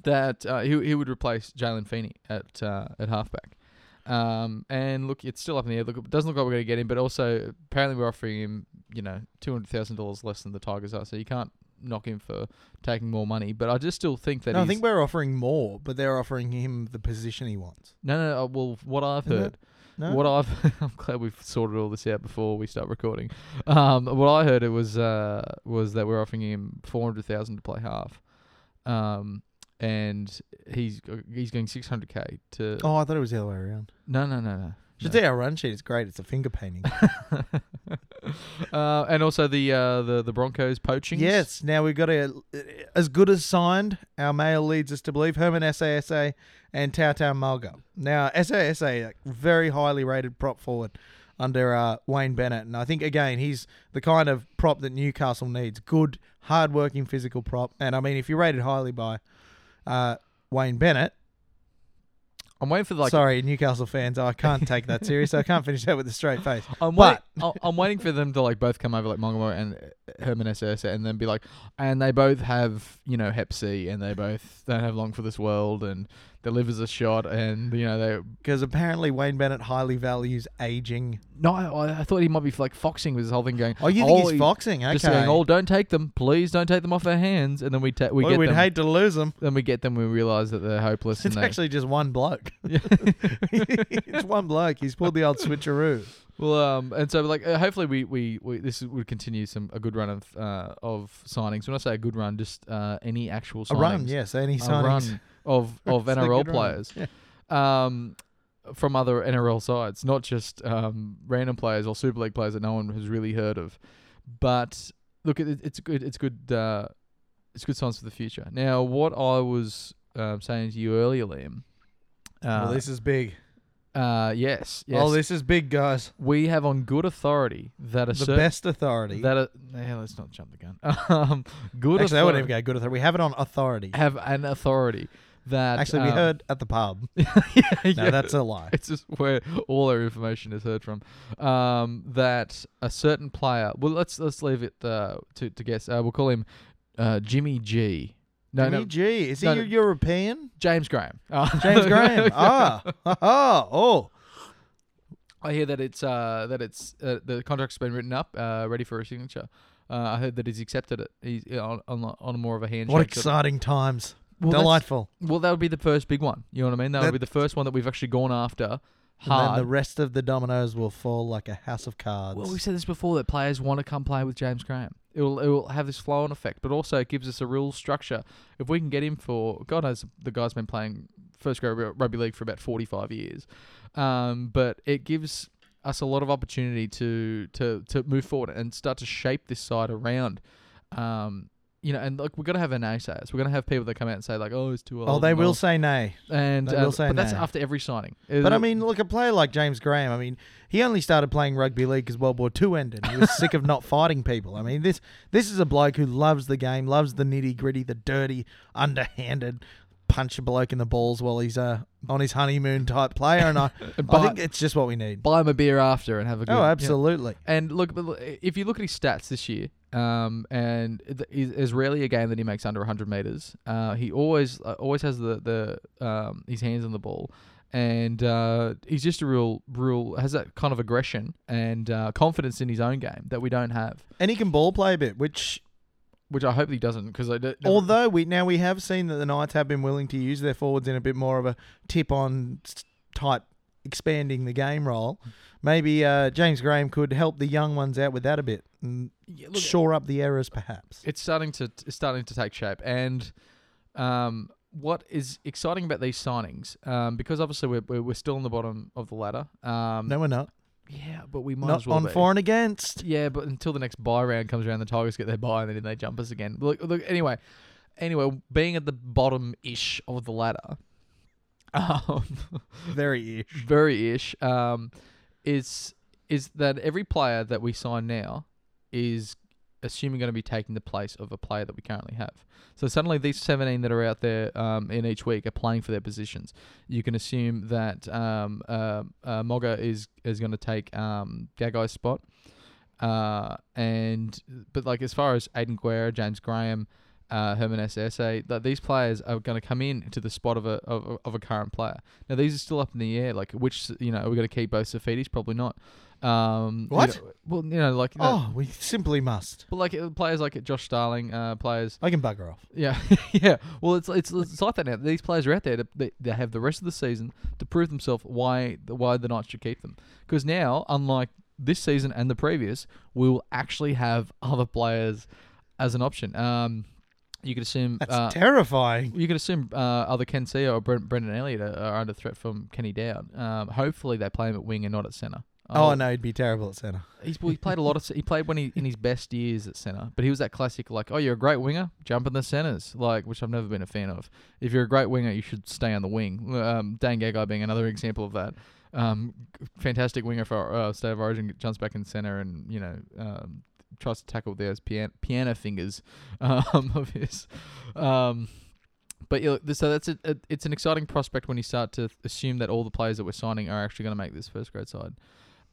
[SPEAKER 2] that uh, he he would replace Jalen Feeney at uh, at halfback. Um, and look, it's still up in the air. Look, it doesn't look like we're going to get him, but also apparently we're offering him, you know, two hundred thousand dollars less than the Tigers are, so you can't knock him for taking more money. But I just still think that
[SPEAKER 3] No, I
[SPEAKER 2] he's,
[SPEAKER 3] think we're offering more, but they're offering him the position he wants.
[SPEAKER 2] no, no, no. Well, what I've
[SPEAKER 3] Isn't it?
[SPEAKER 2] heard
[SPEAKER 3] No?
[SPEAKER 2] What I've I'm glad we've sorted all this out before we start recording. Um, what I heard it was uh was that we're offering him four hundred thousand to play half, um, and he's he's going six hundred k to.
[SPEAKER 3] Oh, I thought it was the other way around.
[SPEAKER 2] No, no, no, no.
[SPEAKER 3] Should
[SPEAKER 2] no.
[SPEAKER 3] say our run sheet is great. It's a finger painting.
[SPEAKER 2] Uh, and also the uh the the Broncos poaching.
[SPEAKER 3] yes. Now we've got a as good as signed. Our mail leads us to believe Herman SASA and Tao Tao Malga. Now SASA a very highly rated prop forward under uh, Wayne Bennett, and I think again he's the kind of prop that Newcastle needs. Good, hard-working, physical prop. And I mean, if you're rated highly by uh, Wayne Bennett,
[SPEAKER 2] I'm waiting for like
[SPEAKER 3] Sorry, Newcastle fans. I can't take that serious. I can't finish that with a straight face.
[SPEAKER 2] I'm wait,
[SPEAKER 3] But-
[SPEAKER 2] I- I'm waiting for them to like both come over like Mongo and uh, Herman SS and then be like, and they both have you know Hep C and they both don't have long for this world and their livers are shot and you know they.
[SPEAKER 3] Because apparently Wayne Bennett highly values aging.
[SPEAKER 2] No, I, I thought he might be like foxing with this whole thing going.
[SPEAKER 3] Oh, you think he's
[SPEAKER 2] he-
[SPEAKER 3] foxing? Okay.
[SPEAKER 2] Just going, oh, don't take them, please don't take them off our hands, and then we ta- we
[SPEAKER 3] Well,
[SPEAKER 2] get
[SPEAKER 3] we'd
[SPEAKER 2] them.
[SPEAKER 3] hate to lose him.
[SPEAKER 2] then we get them. We realize that they're hopeless.
[SPEAKER 3] It's
[SPEAKER 2] and they-
[SPEAKER 3] actually just one bloke.
[SPEAKER 2] Yeah.
[SPEAKER 3] it's one bloke. He's pulled the old switcheroo.
[SPEAKER 2] Well, um, and so like uh, hopefully we, we, we this would continue some a good run of uh, of signings. When I say a good run, just uh, any actual
[SPEAKER 3] A
[SPEAKER 2] signings.
[SPEAKER 3] run, yes. And he's
[SPEAKER 2] a run of of
[SPEAKER 3] It's a
[SPEAKER 2] NRL
[SPEAKER 3] good run.
[SPEAKER 2] players. Uh, Um, from other NRL sides, not just um, random players or Super League players that no one has really heard of. But look, it, it's good. It's good. Uh, it's good signs for the future. Now, what I was um, saying to you earlier, Liam. Uh,
[SPEAKER 3] well, this is big.
[SPEAKER 2] uh, yes, yes.
[SPEAKER 3] Oh, this is big, guys.
[SPEAKER 2] we have on good authority that a
[SPEAKER 3] The
[SPEAKER 2] certain
[SPEAKER 3] best authority.
[SPEAKER 2] that a, yeah, let's not jump the gun. um, good
[SPEAKER 3] Actually, that wouldn't even
[SPEAKER 2] authority
[SPEAKER 3] go good authority. We have it on authority.
[SPEAKER 2] have an authority that
[SPEAKER 3] Actually, we
[SPEAKER 2] um,
[SPEAKER 3] heard at the pub.
[SPEAKER 2] yeah,
[SPEAKER 3] No,
[SPEAKER 2] yeah.
[SPEAKER 3] that's a lie.
[SPEAKER 2] It's just where all our information is heard from. Um, that a certain player. Well, let's let's leave it uh, to to guess. Uh, we'll call him uh, Jimmy G. No,
[SPEAKER 3] Jimmy
[SPEAKER 2] no,
[SPEAKER 3] G, is he
[SPEAKER 2] no, no.
[SPEAKER 3] European?
[SPEAKER 2] James Graham. Uh,
[SPEAKER 3] James Graham. ah, oh, oh.
[SPEAKER 2] I hear that it's uh, that it's uh, the contract's been written up, uh, ready for a signature. Uh, I heard that he's accepted it. He's uh, on on, on more of a handshake.
[SPEAKER 3] What
[SPEAKER 2] sort of-
[SPEAKER 3] exciting times.
[SPEAKER 2] Well, that's-
[SPEAKER 3] Delightful.
[SPEAKER 2] Well, that would be the first big one. You know what I mean? That, would be the first one that we've actually gone after
[SPEAKER 3] And then the
[SPEAKER 2] hard.
[SPEAKER 3] rest of the dominoes will fall like a house of cards.
[SPEAKER 2] well, we've said this before that players want to come play with James Graham. It will, it will have this flow on effect, but also it gives us a real structure. If we can get him for, God knows, the guy's been playing first grade rug- rugby league for about 45 years. Um, but it gives us a lot of opportunity to, to, to move forward and start to shape this side around. Um, you know, and look, we're going to have an naysayers. We're going to have people that come out and say, like, oh, it's too old.
[SPEAKER 3] oh, they
[SPEAKER 2] and
[SPEAKER 3] will
[SPEAKER 2] all-
[SPEAKER 3] say nay.
[SPEAKER 2] and
[SPEAKER 3] They
[SPEAKER 2] uh,
[SPEAKER 3] will say
[SPEAKER 2] but that's
[SPEAKER 3] no.
[SPEAKER 2] after every signing.
[SPEAKER 3] But I mean, look, a player like James Graham, I mean, he only started playing rugby league because World War II ended. He was sick of not fighting people. I mean, this this is a bloke who loves the game, loves the nitty gritty, the dirty, underhanded, punch a bloke in the balls while he's uh, on his honeymoon type player. And I, I
[SPEAKER 2] But-
[SPEAKER 3] think it's just what we need.
[SPEAKER 2] buy him a beer after and have a good.
[SPEAKER 3] Oh,
[SPEAKER 2] yeah.
[SPEAKER 3] absolutely.
[SPEAKER 2] And look, but look, if you look at his stats this year, um, and th- is- there's rarely a game that he makes under 100 meters. Uh, he always uh, always has the the um, his hands on the ball, and uh, he's just a real real has that kind of aggression and uh, confidence in his own game that we don't have.
[SPEAKER 3] And he can ball play a bit, which
[SPEAKER 2] Which I hope he doesn't because I don't.
[SPEAKER 3] Although we now we have seen that the Knights have been willing to use their forwards in a bit more of a tip on s- type expanding the game role.
[SPEAKER 2] Hmm.
[SPEAKER 3] Maybe uh, James Graham could help the young ones out with that a bit and
[SPEAKER 2] Yeah, look,
[SPEAKER 3] shore up the errors perhaps.
[SPEAKER 2] it's starting to it's starting to take shape and um what is exciting about these signings um because obviously we're, we're, we're still in the bottom of the ladder um
[SPEAKER 3] No, we're not.
[SPEAKER 2] yeah but we might
[SPEAKER 3] Not
[SPEAKER 2] as well
[SPEAKER 3] on
[SPEAKER 2] be.
[SPEAKER 3] for and against.
[SPEAKER 2] yeah but until the next buy round comes around the tigers get their buy and then they jump us again look look anyway anyway being at the bottom ish of the ladder um
[SPEAKER 3] Very ish.
[SPEAKER 2] very ish um is is that every player that we sign now is assuming going to be taking the place of a player that we currently have. So suddenly these 17 that are out there um, in each week are playing for their positions. You can assume that um, uh, uh, Moga is is going to take um, Gagai's spot. Uh, and but like as far as Aiden Guerra, James Graham, uh, Herman SSA, that these players are going to come in to the spot of a of, a- of a current player. Now these are still up in the air. Like which you know are we going to keep both Safidis? Probably not. Um, you
[SPEAKER 3] What?
[SPEAKER 2] know, well, you know, like oh.
[SPEAKER 3] Oh, we simply must.
[SPEAKER 2] but like uh, players like Josh Starling, uh, players
[SPEAKER 3] I can bugger off.
[SPEAKER 2] yeah, yeah. Well, it's it's it's like that now. These players are out there. To, they, they have the rest of the season to prove themselves why the, why the Knights should keep them. Because now, unlike this season and the previous, we will actually have other players as an option. Um, you could assume
[SPEAKER 3] That's
[SPEAKER 2] uh,
[SPEAKER 3] terrifying.
[SPEAKER 2] you could assume uh, either Ken Seo or Brent, Brendan Elliott are, are under threat from Kenny Dowd. Um, hopefully, they play him at wing and not at centre.
[SPEAKER 3] Oh, no, he'd be terrible at centre.
[SPEAKER 2] He's well, he played a lot of he played when he in his best years at centre, but he was that classic like, oh, you're a great winger, jump in the centres, like which I've never been a fan of. If you're a great winger, you should stay on the wing. Um, Dan Gagai being another example of that. Um, fantastic winger for uh, state of origin, jumps back in centre and you know um, tries to tackle those pian- piano fingers um, of his. Um, but you know, so that's a, a, it's an exciting prospect when you start to assume that all the players that we're signing are actually going to make this first grade side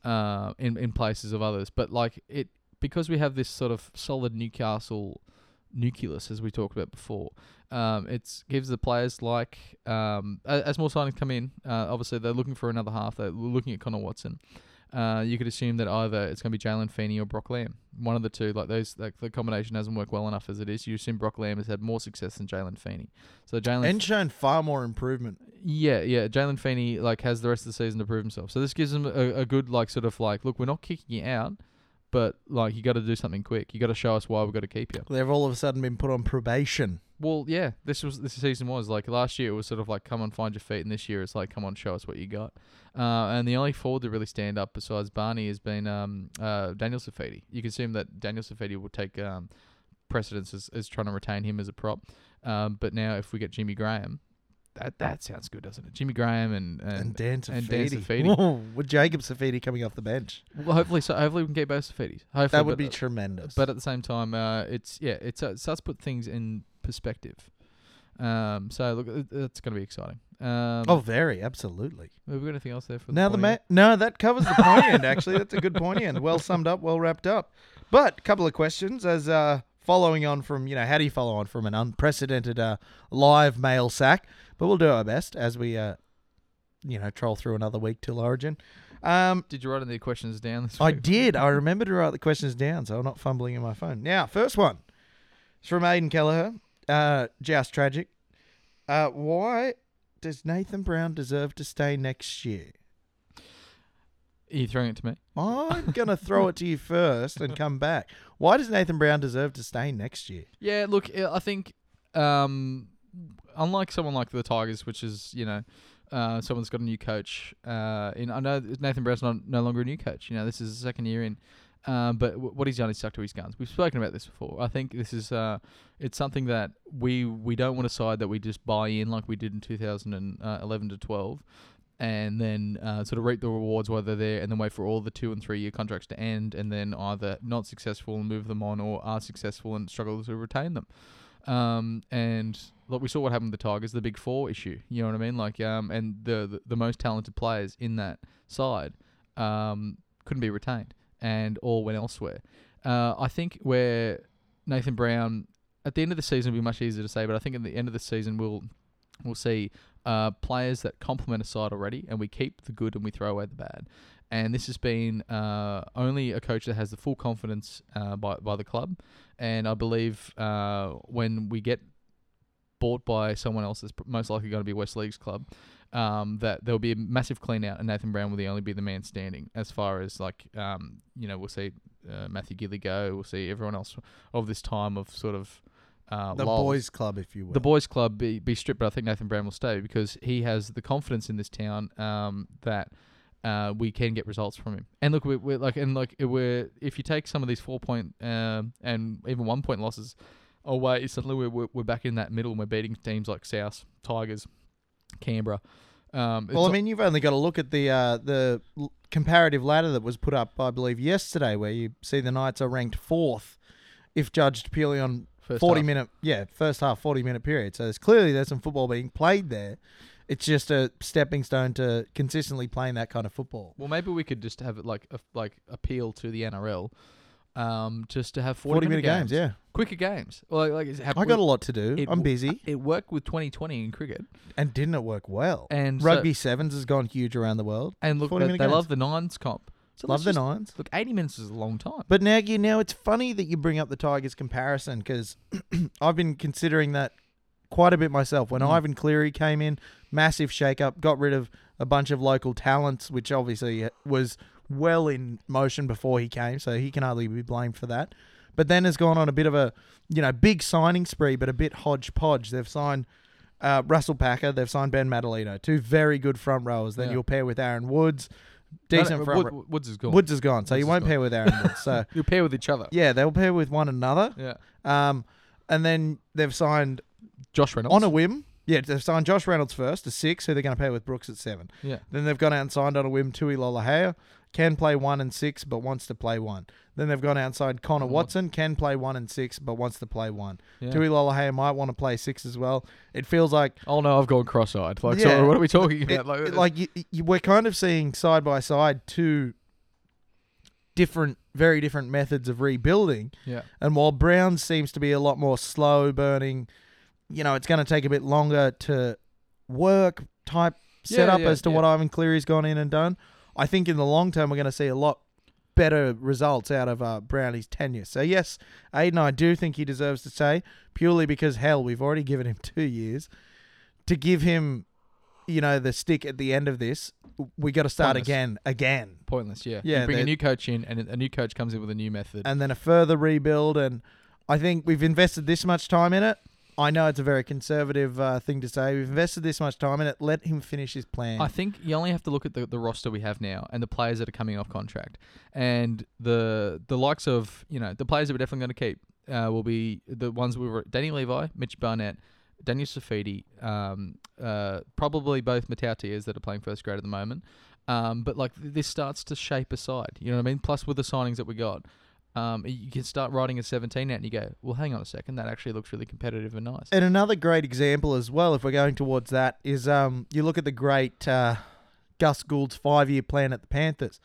[SPEAKER 2] uh, in in places of others. But like it, because we have this sort of solid Newcastle nucleus, as we talked about before, um, it gives the players like um, a- as more signings come in. Uh, obviously, they're looking for another half. They're looking at Connor Watson. Uh, you could assume that either it's going to be Jalen Feeney or Brock Lamb. One of the two, like those, like the combination doesn't work well enough as it is. You assume Brock Lamb has had more success than Jalen Feeney. So Jalen
[SPEAKER 3] And shown far more improvement.
[SPEAKER 2] yeah, yeah. Jalen Feeney like has the rest of the season to prove himself. So this gives him a, a good like sort of like look, we're not kicking you out, but like you got to do something quick. You got to show us why we've got to keep you.
[SPEAKER 3] They've all of a sudden been put on probation.
[SPEAKER 2] Well, yeah. This was this season was like last year. It was sort of like come on, find your feet, and this year it's like come on, show us what you got. Uh, and the only forward to really stand up besides Barney has been um, uh, Daniel Safedi. You can assume that Daniel Safedi will take um, precedence as, as trying to retain him as a prop. Um, but now if we get Jimmy Graham. That, that sounds good, doesn't it? Jimmy Graham and and,
[SPEAKER 3] And Dan Safidi.
[SPEAKER 2] and Dan Safidi.
[SPEAKER 3] Whoa, with Jacob Safidi coming off the bench.
[SPEAKER 2] Well, hopefully, so hopefully we can get both Safedis. Hopefully,
[SPEAKER 3] That would
[SPEAKER 2] but, uh,
[SPEAKER 3] be tremendous.
[SPEAKER 2] But at the same time, uh, it's yeah, it's uh, it starts to put things in perspective. Um, so look, it- it's going to be exciting. Um,
[SPEAKER 3] oh, very, absolutely.
[SPEAKER 2] have we got anything else there for
[SPEAKER 3] Now the
[SPEAKER 2] the
[SPEAKER 3] ma- no, that covers the point end. Actually, that's a good point end. Well summed up, well wrapped up. But a couple of questions as uh, following on from you know how do you follow on from an unprecedented uh, live mail sack? But we'll do our best as we uh, you know troll through another week till Origin. Um,
[SPEAKER 2] Did you write any questions down? This
[SPEAKER 3] I
[SPEAKER 2] week?
[SPEAKER 3] did. I remember to write the questions down, so I'm not fumbling in my phone. Now, first one. It's from Aidan Kelleher. Uh, Joust Tragic. Uh, why does Nathan Brown deserve to stay next year?
[SPEAKER 2] Are you throwing it to me?
[SPEAKER 3] I'm going to throw it to you first and come back. Why does Nathan Brown deserve to stay next year?
[SPEAKER 2] Yeah, look, I I think um, unlike someone like the Tigers, which is you know. Uh, someone's got a new coach. Uh, in I know that Nathan Brown's not no longer a new coach. You know this is his second year in, um, but w- what he's done is stuck to his guns. We've spoken about this before. I think this is uh, it's something that we we don't want a side that we just buy in like we did in 2011 uh, to 12, and then uh, sort of reap the rewards while they're there, and then wait for all the two and three year contracts to end, and then either not successful and move them on, or are successful and struggle to retain them. Um, and look, we saw what happened with the Tigers, the big four issue. You know what I mean? Like, um, and the the, the most talented players in that side um, couldn't be retained and all went elsewhere. Uh, I think where Nathan Brown at the end of the season will be much easier to say, but I think at the end of the season we'll we'll see uh, players that complement a side already, and we keep the good and we throw away the bad. And this has been uh, only a coach that has the full confidence uh, by by the club, and I believe uh, when we get bought by someone else that's pr- most likely going to be West League's club, um, that there'll be a massive clean out and Nathan Brown will the only be the man standing as far as like, um, you know, we'll see uh, Matthew Gilly go, we'll see everyone else of this time of sort of uh,
[SPEAKER 3] The
[SPEAKER 2] lulls.
[SPEAKER 3] boys' club, if you will.
[SPEAKER 2] The boys' club be, be stripped, but I think Nathan Brown will stay because he has the confidence in this town um, that uh, we can get results from him. And look, we're, we're like, and like, we're if you take some of these four point um, and even one point losses away, suddenly we're, we're, we're back in that middle and we're beating teams like South, Tigers, Canberra. Um,
[SPEAKER 3] well, I
[SPEAKER 2] it's-
[SPEAKER 3] mean, you've only got to look at the uh, the l- comparative ladder that was put up, I believe, yesterday, where you see the Knights are ranked fourth, if judged purely on
[SPEAKER 2] First
[SPEAKER 3] forty
[SPEAKER 2] half.
[SPEAKER 3] minute, yeah, first half forty minute period. So there's clearly there's some football being played there. It's just a stepping stone to consistently playing that kind of football.
[SPEAKER 2] Well, maybe we could just have it like a, like appeal to the NRL, um, just to have 40,
[SPEAKER 3] 40 minute games, yeah.
[SPEAKER 2] Quicker games. Well, like it's hap-
[SPEAKER 3] I got a lot to do.
[SPEAKER 2] it
[SPEAKER 3] I'm
[SPEAKER 2] w-
[SPEAKER 3] busy.
[SPEAKER 2] It worked with 2020 in cricket.
[SPEAKER 3] And didn't it work well?
[SPEAKER 2] And so-
[SPEAKER 3] rugby sevens has gone huge around the world.
[SPEAKER 2] And look,
[SPEAKER 3] 40
[SPEAKER 2] they,
[SPEAKER 3] minute
[SPEAKER 2] they
[SPEAKER 3] games.
[SPEAKER 2] love the nines comp. So
[SPEAKER 3] Love
[SPEAKER 2] let's
[SPEAKER 3] the
[SPEAKER 2] just-
[SPEAKER 3] nines.
[SPEAKER 2] Look, 80 minutes is a long time.
[SPEAKER 3] But now you now it's funny that you bring up the Tigers comparison because I've been considering that quite a bit myself.
[SPEAKER 2] Mm.
[SPEAKER 3] When Ivan Cleary came in, massive shake-up, got rid of a bunch of local talents, which obviously uh, was well in motion before he came, so he can hardly be blamed for that. But then has gone on a bit of a you know big signing spree, but a bit hodgepodge. They've signed uh, Russell Packer, they've signed Ben Madalino, two very good front rowers. Then
[SPEAKER 2] Yeah.
[SPEAKER 3] you'll pair with Aaron Woods,
[SPEAKER 2] No, no,
[SPEAKER 3] decent front.
[SPEAKER 2] Wood-
[SPEAKER 3] row-
[SPEAKER 2] Woods is gone.
[SPEAKER 3] Woods is gone, so
[SPEAKER 2] Woods
[SPEAKER 3] you
[SPEAKER 2] is
[SPEAKER 3] won't
[SPEAKER 2] gone.
[SPEAKER 3] pair with Aaron Woods. So
[SPEAKER 2] You pair with each other.
[SPEAKER 3] yeah, they'll pair with one another.
[SPEAKER 2] Yeah.
[SPEAKER 3] Um, and then they've signed
[SPEAKER 2] Josh Reynolds.
[SPEAKER 3] on a whim. Yeah, they've signed Josh Reynolds first to six, who they're going to pair with Brooks at seven.
[SPEAKER 2] Yeah.
[SPEAKER 3] Then they've gone out and signed on a whim Tui Lolahea, can play one and six, but wants to play one. Then they've gone out and signed Connor Watson, can play one and six, but wants to play one.
[SPEAKER 2] Yeah.
[SPEAKER 3] Tui Lolahea might want to play six as well. It feels like
[SPEAKER 2] Oh no, I've gone cross-eyed. Like,
[SPEAKER 3] Yeah.
[SPEAKER 2] sorry, what are we talking
[SPEAKER 3] it-
[SPEAKER 2] about?
[SPEAKER 3] it- like, you, you, we're kind of seeing side by side two different, very different methods of rebuilding.
[SPEAKER 2] yeah,
[SPEAKER 3] And while Brown seems to be a lot more slow burning, you know, it's going to take a bit longer to work type
[SPEAKER 2] Yeah,
[SPEAKER 3] setup
[SPEAKER 2] yeah,
[SPEAKER 3] as to
[SPEAKER 2] yeah.
[SPEAKER 3] what Ivan Cleary's gone in and done. I think in the long term, we're going to see a lot better results out of uh, Brownie's tenure. So, yes, Aiden, I do think he deserves to stay purely because, hell, we've already given him two years. To give him, you know, the stick at the end of this, we got to start
[SPEAKER 2] Pointless.
[SPEAKER 3] again, again.
[SPEAKER 2] pointless. Yeah,
[SPEAKER 3] Yeah,
[SPEAKER 2] You bring a
[SPEAKER 3] they-
[SPEAKER 2] new coach in, and a new coach comes in with a new method.
[SPEAKER 3] and then a further rebuild. And I think we've invested this much time in it. I know it's a very conservative uh, thing to say. We've invested this much time in it. Let him finish his plan.
[SPEAKER 2] I think you only have to look at the, the roster we have now and the players that are coming off contract, and the the likes of you know the players that we're definitely going to keep uh, will be the ones we were Danny Levi, Mitch Barnett, Daniel Safidi, um, uh, probably both Matautiers that are playing first grade at the moment. Um, but like th- this starts to shape a side, you know what I mean? Plus with the signings that we got. Um, you can start writing a 17 out and you go, well, hang on a second, that actually looks really competitive and nice.
[SPEAKER 3] and another great example as well, if we're going towards that, is um, you look at the great uh, Gus Gould's five-year plan at the Panthers.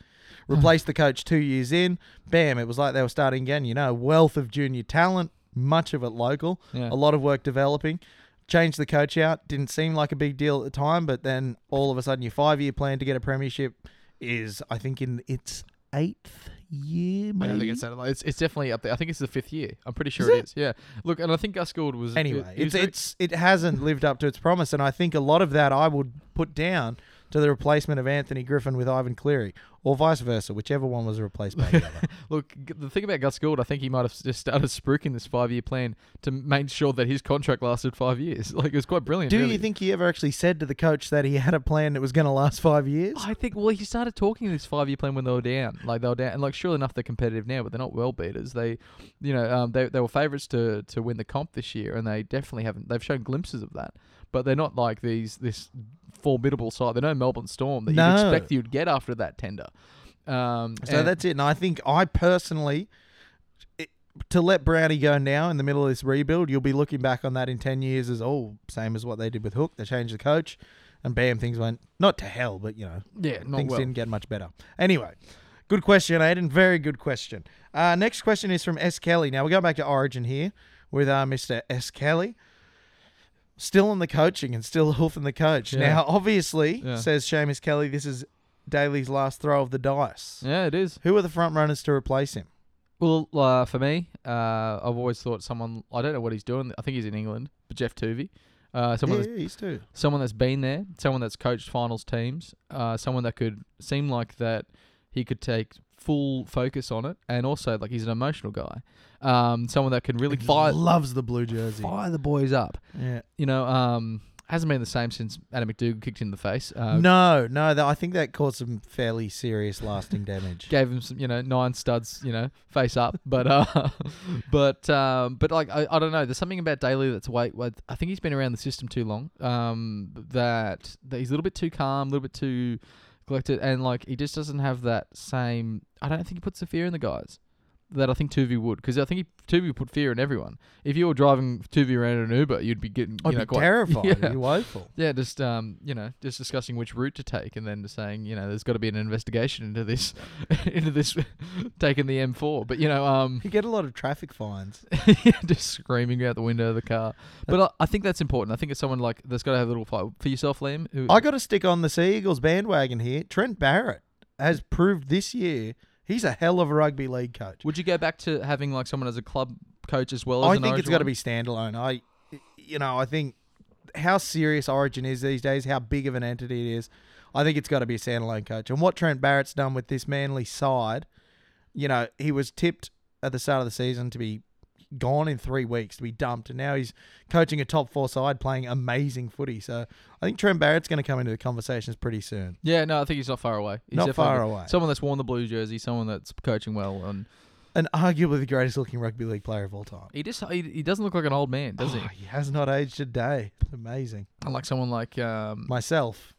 [SPEAKER 2] Hmm.
[SPEAKER 3] Replace the coach two years in, bam! It was like they were starting again. You know, wealth of junior talent, much of it local,
[SPEAKER 2] Yeah.
[SPEAKER 3] a lot of work developing. Changed the coach out. Didn't seem like a big deal at the time, but then all of a sudden, your five-year plan to get a premiership is, I think, in its eighth year.
[SPEAKER 2] I
[SPEAKER 3] Maybe?
[SPEAKER 2] don't think it's that. Like, it's, it's definitely up there. I think it's the fifth year. I'm pretty sure
[SPEAKER 3] Is
[SPEAKER 2] it is. Yeah. Look, and I think Gus Gould was
[SPEAKER 3] anyway,
[SPEAKER 2] he was
[SPEAKER 3] it's
[SPEAKER 2] very-
[SPEAKER 3] it's it hasn't lived up to its promise, and I think a lot of that I would put down to the replacement of Anthony Griffin with Ivan Cleary, or vice versa, whichever one was replaced by the other.
[SPEAKER 2] look. g- The thing about Gus Gould, I think he might have s- just started spruiking this five year plan to make sure that his contract lasted five years. Like it was quite brilliant.
[SPEAKER 3] Do
[SPEAKER 2] really.
[SPEAKER 3] you think he ever actually said to the coach that he had a plan that was going to last five years?
[SPEAKER 2] I think well, he started talking this five year plan when they were down, like they were down, and like sure enough, they're competitive now, but they're not world beaters. They, you know, um, they they were favourites to to win the comp this year, and they definitely haven't. They've shown glimpses of that, but they're not like these this formidable side. They're no Melbourne Storm that
[SPEAKER 3] No.
[SPEAKER 2] you'd expect you'd get after that tender. Um,
[SPEAKER 3] So
[SPEAKER 2] and-
[SPEAKER 3] that's it, and I think I personally. it- To let Brownie go now in the middle of this rebuild, you'll be looking back on that in 10 years as, oh, same as what they did with Hook. They changed the coach, and bam, things went not to hell, but, you know,
[SPEAKER 2] yeah, not
[SPEAKER 3] things
[SPEAKER 2] well.
[SPEAKER 3] didn't get much better. Anyway, good question, Aiden. Very good question. Uh, next question is from S. Kelly. Now, we go back to Origin here with uh, Mr. S. Kelly. Still on the coaching and still hoofing the coach.
[SPEAKER 2] Yeah.
[SPEAKER 3] Now, obviously,
[SPEAKER 2] Yeah.
[SPEAKER 3] says Seamus Kelly, this is Daly's last throw of the dice.
[SPEAKER 2] Yeah, it is.
[SPEAKER 3] Who are the front runners to replace him?
[SPEAKER 2] Well, uh, for me, uh, I've always thought someone. I don't know what he's doing. I think he's in England, but Jeff Tuvey. Uh, someone that's
[SPEAKER 3] yeah, he's two.
[SPEAKER 2] someone that's been there, someone that's coached finals teams, uh, someone that could seem like that he could take full focus on it, and also like he's an emotional guy, um, someone that can really fire
[SPEAKER 3] loves the blue jersey.
[SPEAKER 2] fire the boys up.
[SPEAKER 3] Yeah.
[SPEAKER 2] You know, um, hasn't been the same since Adam McDougall kicked him in the face. Uh,
[SPEAKER 3] No, no, that, I think that caused some fairly serious lasting damage.
[SPEAKER 2] Gave him some, you know, nine studs, you know, face up, but uh, but um, but like I, I don't know. There's something about Daly that's wait, wait. I think he's been around the system too long. Um, that, that he's a little bit too calm, a little bit too collected, and like he just doesn't have that same. I don't think he puts the fear in the guys. that I think Tuvi would, because I think he, Tuvi put fear in everyone. If you were driving Tuvi around in an Uber, you'd be getting you
[SPEAKER 3] I'd
[SPEAKER 2] know,
[SPEAKER 3] be
[SPEAKER 2] quite,
[SPEAKER 3] terrified.
[SPEAKER 2] Yeah.
[SPEAKER 3] Are you woeful?
[SPEAKER 2] Yeah, just um, you know, just discussing which route to take, and then just saying, you know, there's got to be an investigation into this, into this, taking the M4. But you know, um,
[SPEAKER 3] You get a lot of traffic fines.
[SPEAKER 2] just screaming out the window of the car. But I, I think that's important. I think it's someone like that's got to have a little fight for yourself, Liam. Who,
[SPEAKER 3] I got to stick on the Sea Eagles bandwagon here. Trent Barrett has proved this year he's a hell of a rugby league coach.
[SPEAKER 2] would you go back to having like someone as a club coach as well? As
[SPEAKER 3] I
[SPEAKER 2] an
[SPEAKER 3] think it's
[SPEAKER 2] Origin
[SPEAKER 3] got to
[SPEAKER 2] one?
[SPEAKER 3] be standalone. I, you know, I think how serious Origin is these days, how big of an entity it is. I think it's got to be a standalone coach. And what Trent Barrett's done with this Manly side, you know, he was tipped at the start of the season to be gone in three weeks, to be dumped, and now he's coaching a top four side, playing amazing footy. So I think Trent Barrett's going to come into the conversations pretty soon.
[SPEAKER 2] Yeah, no, I think he's not far away. He's
[SPEAKER 3] Not
[SPEAKER 2] definitely
[SPEAKER 3] far
[SPEAKER 2] got-
[SPEAKER 3] away.
[SPEAKER 2] Someone that's worn the blue jersey, someone that's coaching well, and
[SPEAKER 3] And arguably the greatest looking rugby league player of all time.
[SPEAKER 2] he just he, he doesn't look like an old man, does he?
[SPEAKER 3] Oh, he has not aged a day. It's amazing.
[SPEAKER 2] Unlike someone like um,
[SPEAKER 3] myself.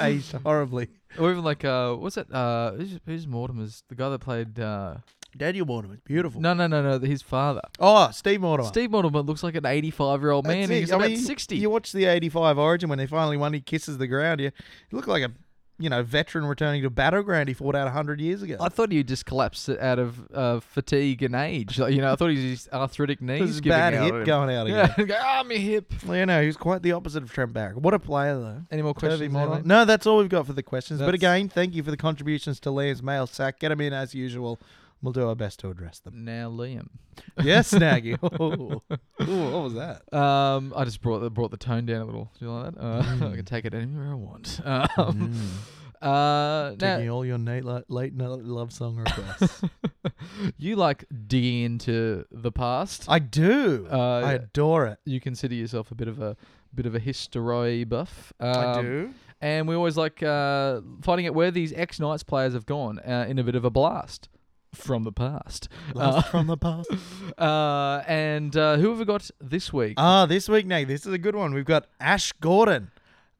[SPEAKER 3] Aged horribly.
[SPEAKER 2] Or even like, uh, what's that? Uh, who's, who's Mortimer's? The guy that played. Uh,
[SPEAKER 3] Daniel Mortimer, beautiful.
[SPEAKER 2] no, no, no, no. His father.
[SPEAKER 3] Oh, Steve Mortimer.
[SPEAKER 2] Steve Mortimer looks like an 85 year old
[SPEAKER 3] That's
[SPEAKER 2] man.
[SPEAKER 3] it.
[SPEAKER 2] He's
[SPEAKER 3] I
[SPEAKER 2] about
[SPEAKER 3] mean,
[SPEAKER 2] 60.
[SPEAKER 3] You watch the '85 Origin when they finally won. He kisses the ground. You, you look like a, you know, veteran returning to a battleground he fought out hundred years ago.
[SPEAKER 2] I thought he just collapsed out of uh, fatigue and age. Like, you know, I thought his arthritic knees.
[SPEAKER 3] This is
[SPEAKER 2] giving
[SPEAKER 3] bad
[SPEAKER 2] out
[SPEAKER 3] hip
[SPEAKER 2] at him.
[SPEAKER 3] going out again.
[SPEAKER 2] Yeah, go, ah, my hip.
[SPEAKER 3] Well, you know, he was quite the opposite of Trent Barrett. What a player, though.
[SPEAKER 2] Any more
[SPEAKER 3] Turvey
[SPEAKER 2] questions?
[SPEAKER 3] Mortimer.
[SPEAKER 2] Mortimer?
[SPEAKER 3] No, that's all we've got for the questions. but
[SPEAKER 2] That's-
[SPEAKER 3] again, thank you for the contributions to Liam's mail sack. Get them in as usual. We'll do our best to address them.
[SPEAKER 2] Now Liam.
[SPEAKER 3] Yes, Snaggy. Oh. Ooh, what was that?
[SPEAKER 2] Um, I just brought the, brought the tone down a little. Do you like that? Uh, I
[SPEAKER 3] Mm.
[SPEAKER 2] can take it anywhere I want. Um,
[SPEAKER 3] Mm-hmm.
[SPEAKER 2] uh, now,
[SPEAKER 3] Taking all your late, late night love song requests.
[SPEAKER 2] you like digging into the past.
[SPEAKER 3] I do.
[SPEAKER 2] Uh,
[SPEAKER 3] I adore it.
[SPEAKER 2] you consider yourself a bit of a bit of a history buff. Um,
[SPEAKER 3] do.
[SPEAKER 2] And we always like uh, finding out where these ex Knights players have gone uh, in a bit of a blast from the past.
[SPEAKER 3] Love from the past.
[SPEAKER 2] Uh, and uh, who have we got this week?
[SPEAKER 3] Ah, this week, Nate, this is a good one. We've got Ash Gordon.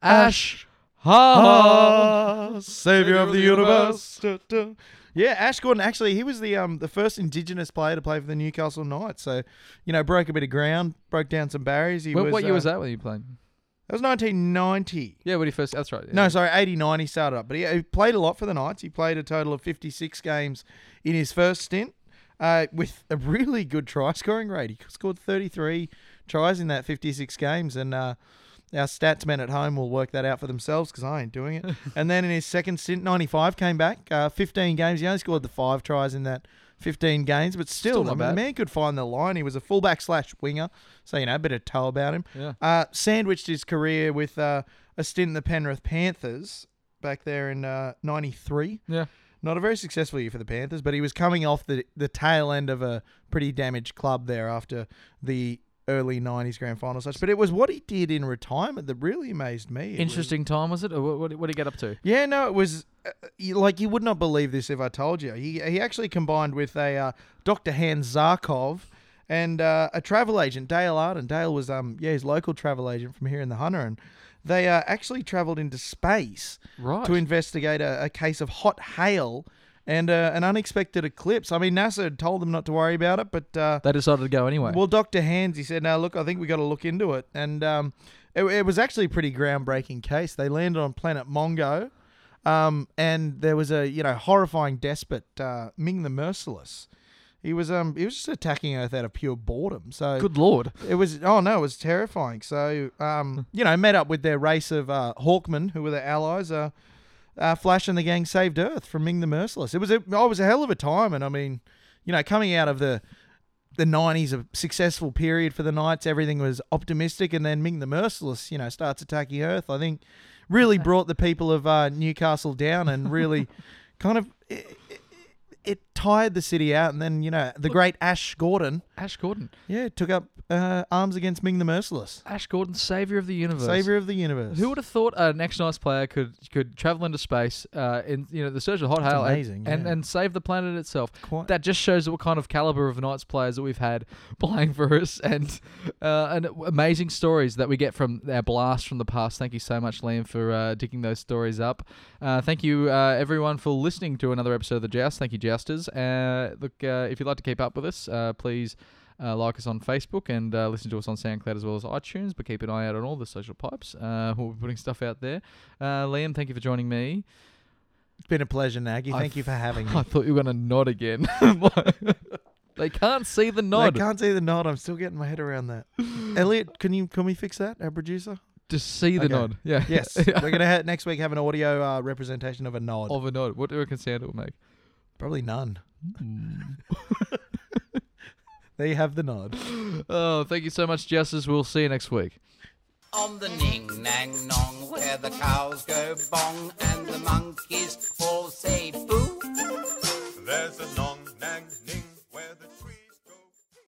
[SPEAKER 2] Ash Ha.
[SPEAKER 3] Ah, savior of the universe. Da, da. Yeah, Ash Gordon. Actually, he was the um the first Indigenous player to play for the Newcastle Knights. So, you know, broke a bit of ground, broke down some barriers. He
[SPEAKER 2] What,
[SPEAKER 3] was,
[SPEAKER 2] what year
[SPEAKER 3] uh,
[SPEAKER 2] was that when you were playing?
[SPEAKER 3] That was 1990.
[SPEAKER 2] Yeah, when you first. That's right. yeah.
[SPEAKER 3] No, sorry, 89 he started up. But he, he played a lot for the Knights. He played a total of 56 games in his first stint uh, with a really good try scoring rate. He scored 33 tries in that 56 games. And uh, our stats men at home will work that out for themselves because I ain't doing it. and then in his second stint, 95 came back, uh, 15 games. He only scored the five tries in that. 15 games, but
[SPEAKER 2] Still
[SPEAKER 3] still,
[SPEAKER 2] not
[SPEAKER 3] I mean, the
[SPEAKER 2] bad.
[SPEAKER 3] man could find the line. He was a fullback slash winger, so you know, a bit of toe about him.
[SPEAKER 2] Yeah.
[SPEAKER 3] Uh, sandwiched his career with uh, a stint in the Penrith Panthers back there in uh, 93.
[SPEAKER 2] Yeah.
[SPEAKER 3] Not a very successful year for the Panthers, but he was coming off the, the tail end of a pretty damaged club there after the early 90s grand final and such. But it was what he did in retirement that really amazed me. It was-
[SPEAKER 2] Interesting time was it? Or what, what, what did he get up to?
[SPEAKER 3] yeah, no, it was uh, you- like you would not believe this if I told you. He he actually combined with a uh, Dr. Hans Zarkov and uh, a travel agent, Dale Arden. Dale was um yeah his local travel agent from here in the Hunter, and they uh, actually travelled into space
[SPEAKER 2] Right.
[SPEAKER 3] to investigate a, a case of hot hail and uh, an unexpected eclipse. I mean, NASA had told them not to worry about it, but uh,
[SPEAKER 2] They decided to go anyway.
[SPEAKER 3] well, Dr. Hands, he said, no, look, I think we got to look into it. And um, it, it was actually a pretty groundbreaking case. They landed on planet Mongo, um, and there was a you know horrifying despot, uh, Ming the Merciless. He was um he was just attacking Earth out of pure boredom. So
[SPEAKER 2] Good lord.
[SPEAKER 3] it was oh no, it was terrifying. So um, you know, met up with their race of uh, Hawkmen, who were their allies. Uh, uh, Flash and the gang saved Earth from Ming the Merciless. It was a oh, it was a hell of a time, and I mean, you know, coming out of the the nineties, a successful period for the Knights, everything was optimistic, and then Ming the Merciless, you know, starts attacking Earth. I think really brought the people of uh, Newcastle down, and really kind of. It, it- it tired the city out, and then you know the great Ash Gordon,
[SPEAKER 2] Ash Gordon.
[SPEAKER 3] yeah, took up uh, arms against Ming the Merciless,
[SPEAKER 2] Ash Gordon, savior of the universe.
[SPEAKER 3] savior of the universe.
[SPEAKER 2] Who would have thought an ex-nice player could could travel into space uh, in you know the surge of hot hail and-
[SPEAKER 3] amazing,
[SPEAKER 2] and, and,
[SPEAKER 3] yeah.
[SPEAKER 2] save the planet itself?
[SPEAKER 3] Quite-
[SPEAKER 2] That just shows what kind of caliber of Knights players that we've had playing for us, and uh, and amazing stories that we get from our blast from the past. Thank you so much, Liam, for uh, digging those stories up. Uh, thank you uh, everyone for listening to another episode of the Joust. Thank you, Jousters. Matters. Uh, look, uh, if you'd like to keep up with us, uh, please uh, like us on Facebook and uh, listen to us on SoundCloud as well as iTunes. But keep an eye out on all the social pipes. Uh, we'll be putting stuff out there. Uh, Liam, thank you for joining me.
[SPEAKER 3] It's been a pleasure, Nagy. Thank
[SPEAKER 2] I-
[SPEAKER 3] you for having me.
[SPEAKER 2] I thought you were going to nod again. they can't see the
[SPEAKER 3] I
[SPEAKER 2] nod.
[SPEAKER 3] can't see the nod. I'm still getting my head around that. Elliot, can you can we fix that, our producer?
[SPEAKER 2] Just see the
[SPEAKER 3] Okay.
[SPEAKER 2] nod. Yeah.
[SPEAKER 3] Yes, we're gonna ha- next week have an audio uh, representation of a nod.
[SPEAKER 2] Of a nod. What do you reckon sound it will make?
[SPEAKER 3] Probably none. Hmm. there you have the nod.
[SPEAKER 2] Oh, thank you so much, Justice. We'll see you next week.
[SPEAKER 4] On the ning nang nong, where the cows go bong and the monkeys all say boo.
[SPEAKER 5] There's a non